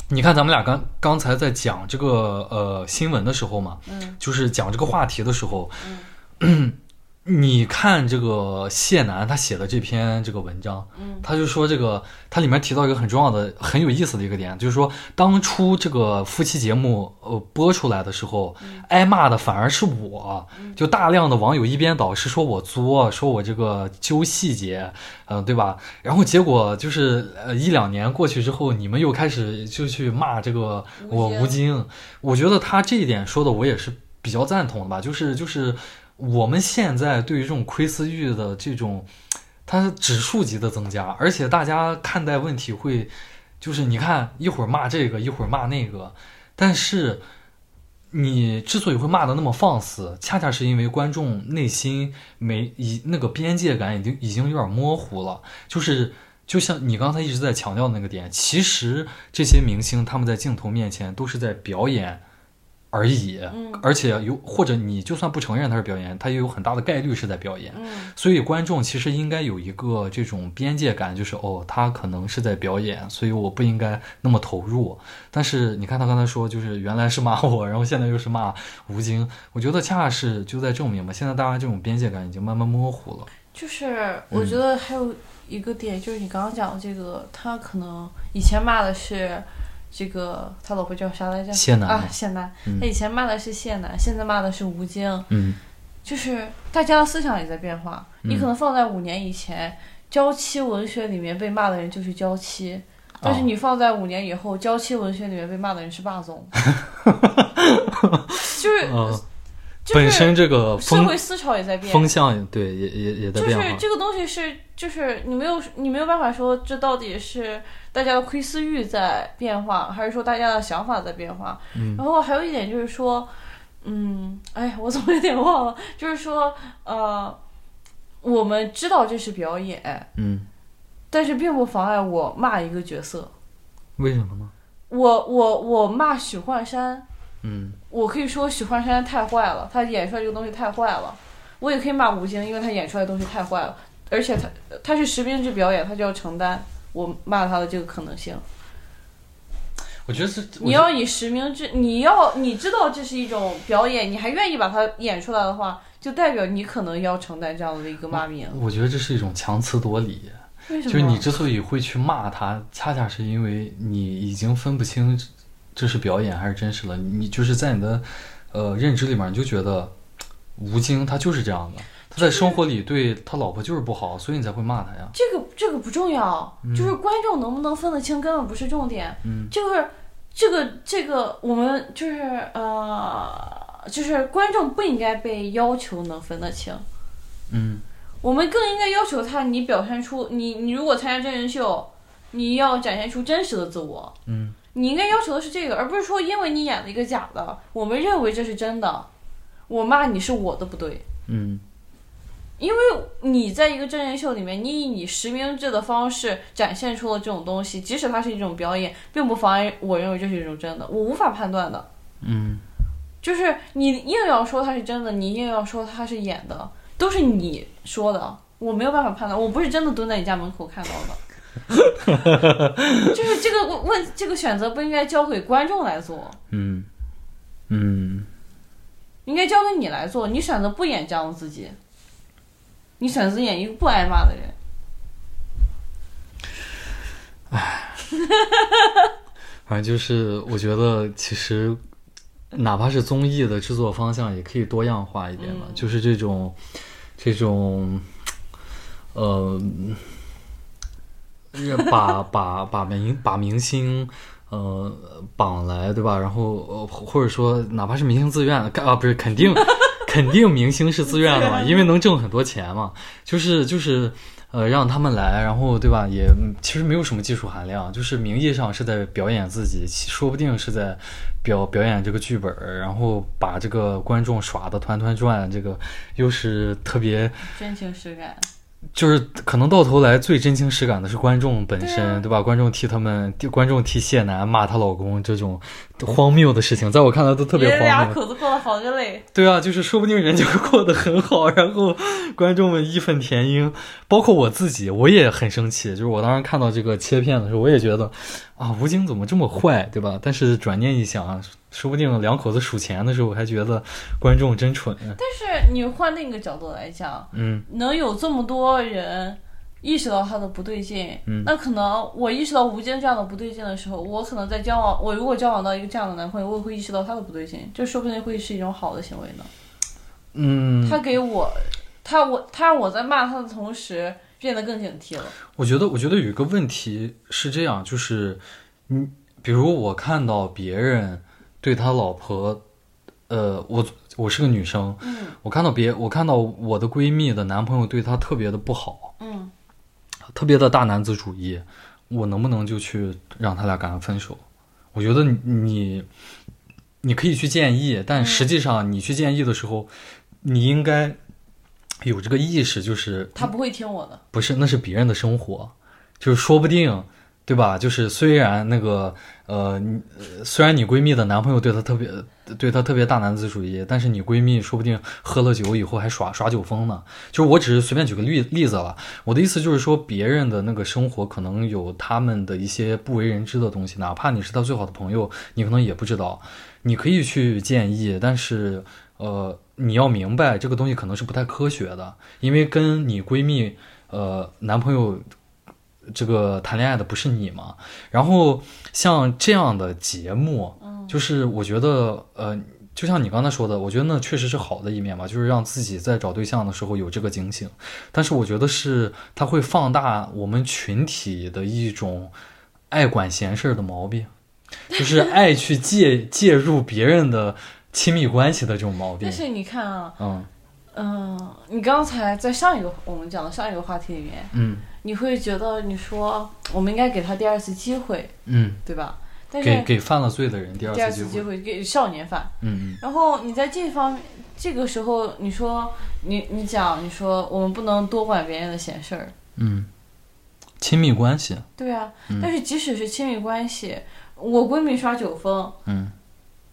A: 你看咱们俩刚刚才在讲这个呃新闻的时候嘛，
B: 嗯
A: 就是讲这个话题的时候， 你看这个谢楠他写的这篇这个文章，
B: 嗯
A: 他就说这个他里面提到一个很重要的、很有意思的一个点，就是说当初这个夫妻节目呃播出来的时候，挨骂的反而是我，就大量的网友一边倒是说我作，说我这个揪细节，嗯、对吧？然后结果就是呃一两年过去之后，你们又开始就去骂这个我吴
B: 吴京
A: 京，我觉得他这一点说的我也是比较赞同的吧，就是就是我们现在对于这种窥私欲的这种，它是指数级的增加，而且大家看待问题会，就是你看一会儿骂这个，一会儿骂那个，但是你之所以会骂的那么放肆，恰恰是因为观众内心没已那个边界感已经已经有点模糊了，就是。就像你刚才一直在强调的那个点，其实这些明星他们在镜头面前都是在表演而已，
B: 嗯
A: 而且有或者你就算不承认他是表演，他也有很大的概率是在表演。
B: 嗯
A: 所以观众其实应该有一个这种边界感，就是哦，他可能是在表演，所以我不应该那么投入。但是你看他刚才说，就是原来是骂我，然后现在又是骂吴京，我觉得恰恰是就在证明嘛，现在大家这种边界感已经慢慢模糊了。
B: 就是
A: 嗯
B: 我觉得还有一个点，就是你刚刚讲的这个，他可能以前骂的是这个他老婆叫啥来着？
A: 谢楠
B: 啊，谢楠。
A: 嗯
B: 他以前骂的是谢楠，现在骂的是吴京，
A: 嗯
B: 就是大家的思想也在变化。你
A: 嗯
B: 可能放在五年以前，娇妻文学里面被骂的人就是娇妻。但是
A: 哦
B: 你放在五年以后，娇妻文学里面被骂的人是霸 总，就是、
A: 嗯、
B: 就是
A: 本身这个
B: 社
A: 风
B: 会思潮也在变，
A: 风向对也也也在
B: 就
A: 变
B: 是
A: 化。
B: 这个东西是，就是你没有你没有办法说这到底是大家的窥私欲在变化，还是说大家的想法在变化？
A: 嗯
B: 然后还有一点就是说，嗯，哎，我怎么有点忘了？就是说，呃，我们知道这是表演，
A: 嗯，
B: 但是并不妨碍我骂一个角色。
A: 为什么呢？
B: 我我我骂许幻山，
A: 嗯
B: 我可以说许幻山太坏了，他演出来这个东西太坏了。我也可以骂吴京，因为他演出来的东西太坏了，而且他他是实名制表演，他就要承担我骂他的这个可能性。
A: 我觉得是
B: 你要以实名制，你要你知道这是一种表演，你还愿意把它演出来的话，就代表你可能要承担这样的一个骂名。
A: 我觉得这是一种强词夺理，
B: 为什
A: 就
B: 么？
A: 是你之所以会去骂他，恰恰是因为你已经分不清这是表演还是真实了。你就是在你的呃认知里面，你就觉得吴京他就是这样的，他在生活里对他老婆就是不好，所以你才会骂他呀。
B: 这个这个不重要，就是观众能不能分得清根本不是重点，
A: 嗯
B: 就是这个这个我们就是呃，就是观众不应该被要求能分得清，
A: 嗯
B: 我们更应该要求他，你表现出你你如果参加真人秀，你要展现出真实的自我，
A: 嗯
B: 你应该要求的是这个，而不是说因为你演了一个假的，我们认为这是真的，我骂你是我的不对。
A: 嗯
B: 因为你在一个真人秀里面，你以你实名制的方式展现出了这种东西，即使它是一种表演，并不妨碍我认为这是一种真的，我无法判断的。
A: 嗯
B: 就是你硬要说它是真的，你硬要说它是演的，都是你说的，我没有办法判断，我不是真的蹲在你家门口看到的。就是这个问这个选择不应该交给观众来做，
A: 嗯嗯
B: 应该交给你来做。你选择不演这样的自己，你选择演一个不挨骂的人。
A: 反正就是我觉得其实。哪怕是综艺的制作方向，也可以多样化一点嘛。
B: 嗯
A: 就是这种，这种，呃，也把把把明把明星呃绑来，对吧？然后呃或者说哪怕是明星自愿干啊，不是肯定肯定明星是自愿的嘛，因为能挣很多钱嘛。就是就是呃让他们来，然后对吧？也嗯其实没有什么技术含量，就是名义上是在表演自己，其说不定是在。表表演这个剧本，然后把这个观众耍的团团转，这个又是特别
B: 真情实感。
A: 就是可能到头来最真情实感的是观众本身，
B: 对
A: 对
B: 啊
A: 吧？观众替他们，观众替谢楠骂她老公这种荒谬的事情，在我看来都特别
B: 爷
A: 荒
B: 俩
A: 谬。
B: 口子过得好着嘞。
A: 对啊，就是说不定人家 过得很好，然后观众们义愤填膺，包括我自己，我也很生气。就是我当时看到这个切片的时候，我也觉得啊，吴京怎么这么坏，对吧？但是转念一想啊，说不定两口子数钱的时候，我还觉得观众真蠢。
B: 但是你换另一个角度来讲，
A: 嗯，
B: 能有这么多人意识到他的不对劲，
A: 嗯
B: 那可能我意识到吴京这样的不对劲的时候，我可能在交往，我如果交往到一个这样的男朋友，我也会意识到他的不对劲，这说不定会是一种好的行为呢。
A: 嗯，
B: 他给我，他我他让我在骂他的同时变得更警惕了。
A: 我觉得，我觉得有一个问题是这样，就是你，比如我看到别人对他老婆，呃，我我是个女生，
B: 嗯
A: 我看到别我看到我的闺蜜的男朋友对她特别的不好，
B: 嗯，
A: 特别的大男子主义，我能不能就去让他俩赶快分手？我觉得你你你可以去建议，但实
B: 嗯
A: 际上你去建议的时候，你应该有这个意识，就是
B: 他不会听我的。
A: 不是，那是别人的生活，就是说不定，对吧？就是虽然那个呃，你呃虽然你闺蜜的男朋友对她特别对她特别大男子主义，但是你闺蜜说不定喝了酒以后还耍耍酒疯呢。就是我只是随便举个例例子了，我的意思就是说，别人的那个生活可能有他们的一些不为人知的东西，哪怕你是他最好的朋友，你可能也不知道。你可以去建议，但是呃，你要明白这个东西可能是不太科学的，因为跟你闺蜜呃男朋友这个谈恋爱的不是你嘛？然后像这样的节目，就是我觉得呃。就像你刚才说的，我觉得那确实是好的一面吧，就是让自己在找对象的时候有这个警醒。但是我觉得是它会放大我们群体的一种爱管闲事儿的毛病，就是爱去介介入别人的亲密关系的这种毛病
B: 但。是你看啊，
A: 嗯
B: 嗯，你刚才在上一个我们讲的上一个话题里面，
A: 嗯
B: 你会觉得你说我们应该给他第二次机会，
A: 嗯，
B: 对吧？但是
A: 给给犯了罪的人第二
B: 第二
A: 次机
B: 次机
A: 会。
B: 会给少年犯。
A: 嗯
B: 然后你在这方这个时候，你说你你讲你说我们不能多管别人的闲事儿，
A: 嗯嗯，亲密关系。
B: 对啊。
A: 嗯
B: 但是即使是亲密关系，我闺蜜耍酒疯，
A: 嗯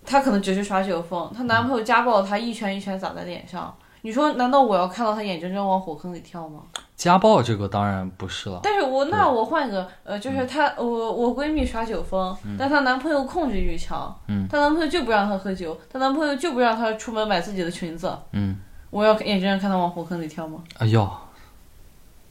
B: 她可能只是耍酒疯，她男朋友家暴她一拳一拳砸在脸上。你说，难道我要看到她眼睁睁往火坑里跳吗？，
A: 家暴这个当然不是了。
B: 但是我那我换个，呃，
A: 嗯
B: 就是她，我我闺蜜耍酒疯，但她男朋友控制欲强，
A: 嗯
B: 她男朋友就不让她喝酒，她男朋友就不让她出门买自己的裙子，
A: 嗯，
B: 我要眼睁睁看她往火坑里跳吗？
A: 哎呦，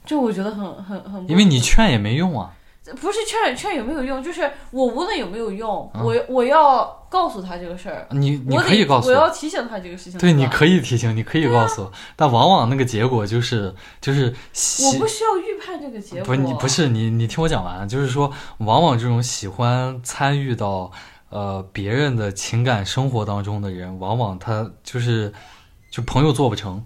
B: 这我觉得很很很不，
A: 因为你劝也没用啊。
B: 不是劝劝有没有用，就是我无论有没有用，我我要告诉她这个事儿，
A: 你嗯你
B: 我
A: 可以
B: 得
A: 告诉
B: 我要
A: 我，
B: 提醒她这个事情，
A: 对，你
B: 吧啊
A: 可以提醒，你可以告诉我，但往往那个结果就是就是
B: 我
A: 喜
B: 不需要预判这个结果，
A: 不是你不是你你听我讲完，啊就是说往往这种喜欢参与到呃别人的情感生活当中的人，往往他就是就朋友做不成，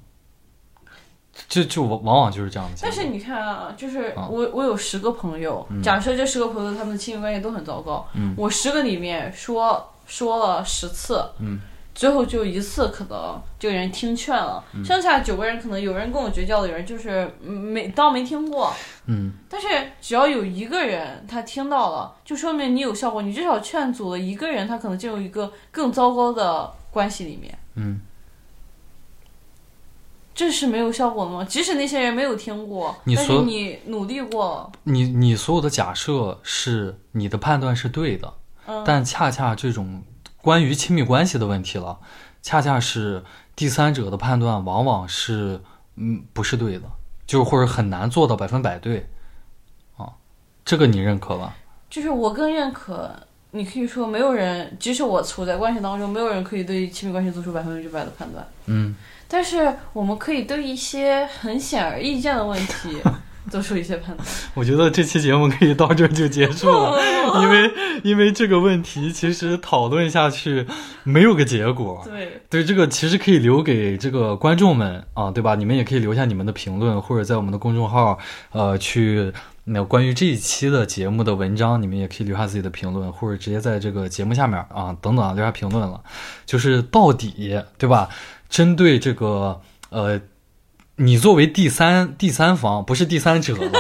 A: 就就往往往就是这样的结果。
B: 但是你看啊，就是
A: 啊
B: 我我有十个朋友，假设这十个朋友他们的亲密关系都很糟糕，
A: 嗯
B: 我十个里面说说了十次，
A: 嗯
B: 最后就一次可能这个人听劝了，
A: 嗯
B: 剩下九个人可能有人跟我绝交的有人就是没当没听过，
A: 嗯
B: 但是只要有一个人他听到了，就说明你有效果，你至少劝阻了一个人，他可能进入一个更糟糕的关系里面。
A: 嗯，
B: 这是没有效果的吗？即使那些人没有听过，
A: 你
B: 但是
A: 说
B: 你努力过了，
A: 你你所有的假设是你的判断是对的，
B: 嗯，
A: 但恰恰这种关于亲密关系的问题了，恰恰是第三者的判断往往是嗯不是对的，就是或者很难做到百分百对，啊，这个你认可吧？
B: 就是我更认可，你可以说没有人，即使我处在关系当中，没有人可以对亲密关系做出百分之百的判断，
A: 嗯，
B: 但是我们可以对一些很显而易见的问题 做出一些判断。
A: 我觉得这期节目可以到这儿就结束了，因为因为这个问题其实讨论下去没有个结果，
B: 对，
A: 对这个其实可以留给这个观众们啊，对吧？你们也可以留下你们的评论，或者在我们的公众号，呃，去那关于这一期的节目的文章，你们也可以留下自己的评论，或者直接在这个节目下面啊等等啊留下评论了。就是到底对吧？针对这个呃，你作为第三第三方，不是第三者了，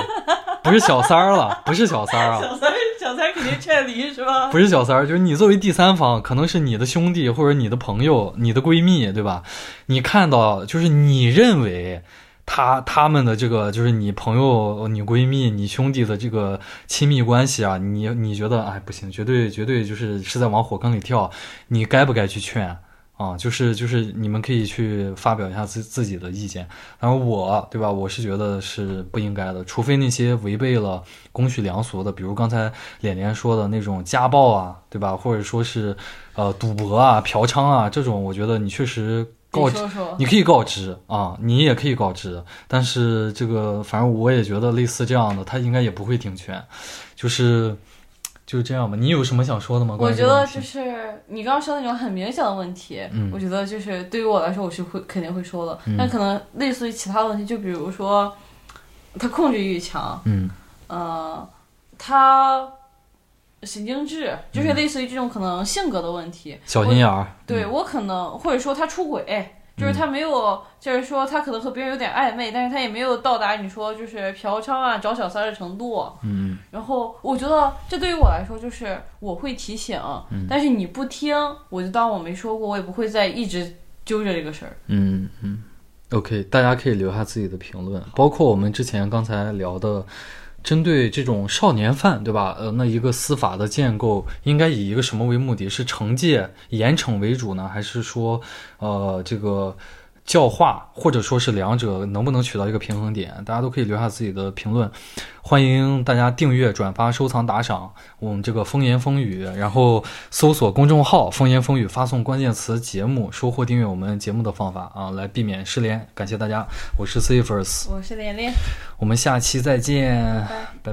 A: 不是小三儿了，不是小三儿啊，
B: 小三小三肯定劝离是吧？
A: 不是小三儿，就是你作为第三方，可能是你的兄弟或者你的朋友、你的闺蜜，对吧？你看到就是你认为他他们的这个就是你朋友、你闺蜜、你兄弟的这个亲密关系啊，你你觉得哎不行，绝对绝对就是是在往火坑里跳，你该不该去劝？啊，就是就是你们可以去发表一下自自己的意见，然后我对吧？我是觉得是不应该的，除非那些违背了公序良俗的，比如刚才脸脸说的那种家暴啊，对吧？或者说是呃赌博啊、嫖娼啊这种，我觉得你确实告
B: 你说说，
A: 你可以告知啊，你也可以告知，但是这个反正我也觉得类似这样的，他应该也不会听劝，就是就是这样吧。你有什么想说的吗？
B: 我
A: 关于
B: 觉
A: 这个
B: 得
A: 问题
B: 就是你刚刚说的那种很明显的问题，
A: 嗯
B: 我觉得就是对于我来说，我是会肯定会说的。
A: 嗯
B: 但可能类似于其他问题，就比如说他控制欲强，
A: 嗯
B: 呃，他神经质，
A: 嗯
B: 就是类似于这种可能性格的问题。
A: 小心眼儿，
B: 对我可能或者说他出轨，就是他没有，就是说他可能和别人有点暧昧，但是他也没有到达你说就是嫖娼啊、找小三儿的程度。
A: 嗯
B: 然后我觉得这对于我来说就是我会提醒，但是你不听，我就当我没说过，我也不会再一直揪着这个事儿。
A: 嗯嗯，OK，大家可以留下自己的评论，包括我们之前刚才聊的，针对这种少年犯，对吧？呃，那一个司法的建构应该以一个什么为目的？是惩戒、严惩为主呢，还是说，呃，这个教化，或者说是两者能不能取到一个平衡点？大家都可以留下自己的评论，欢迎大家订阅、转发、收藏、打赏我们这个风言风语，然后搜索公众号“风言风语”，发送关键词“节目”，收获订阅我们节目的方法啊，来避免失联。感谢大家，我是 Cifers，
B: 我是连连，
A: 我们下期再见，
B: 拜。
A: 拜拜。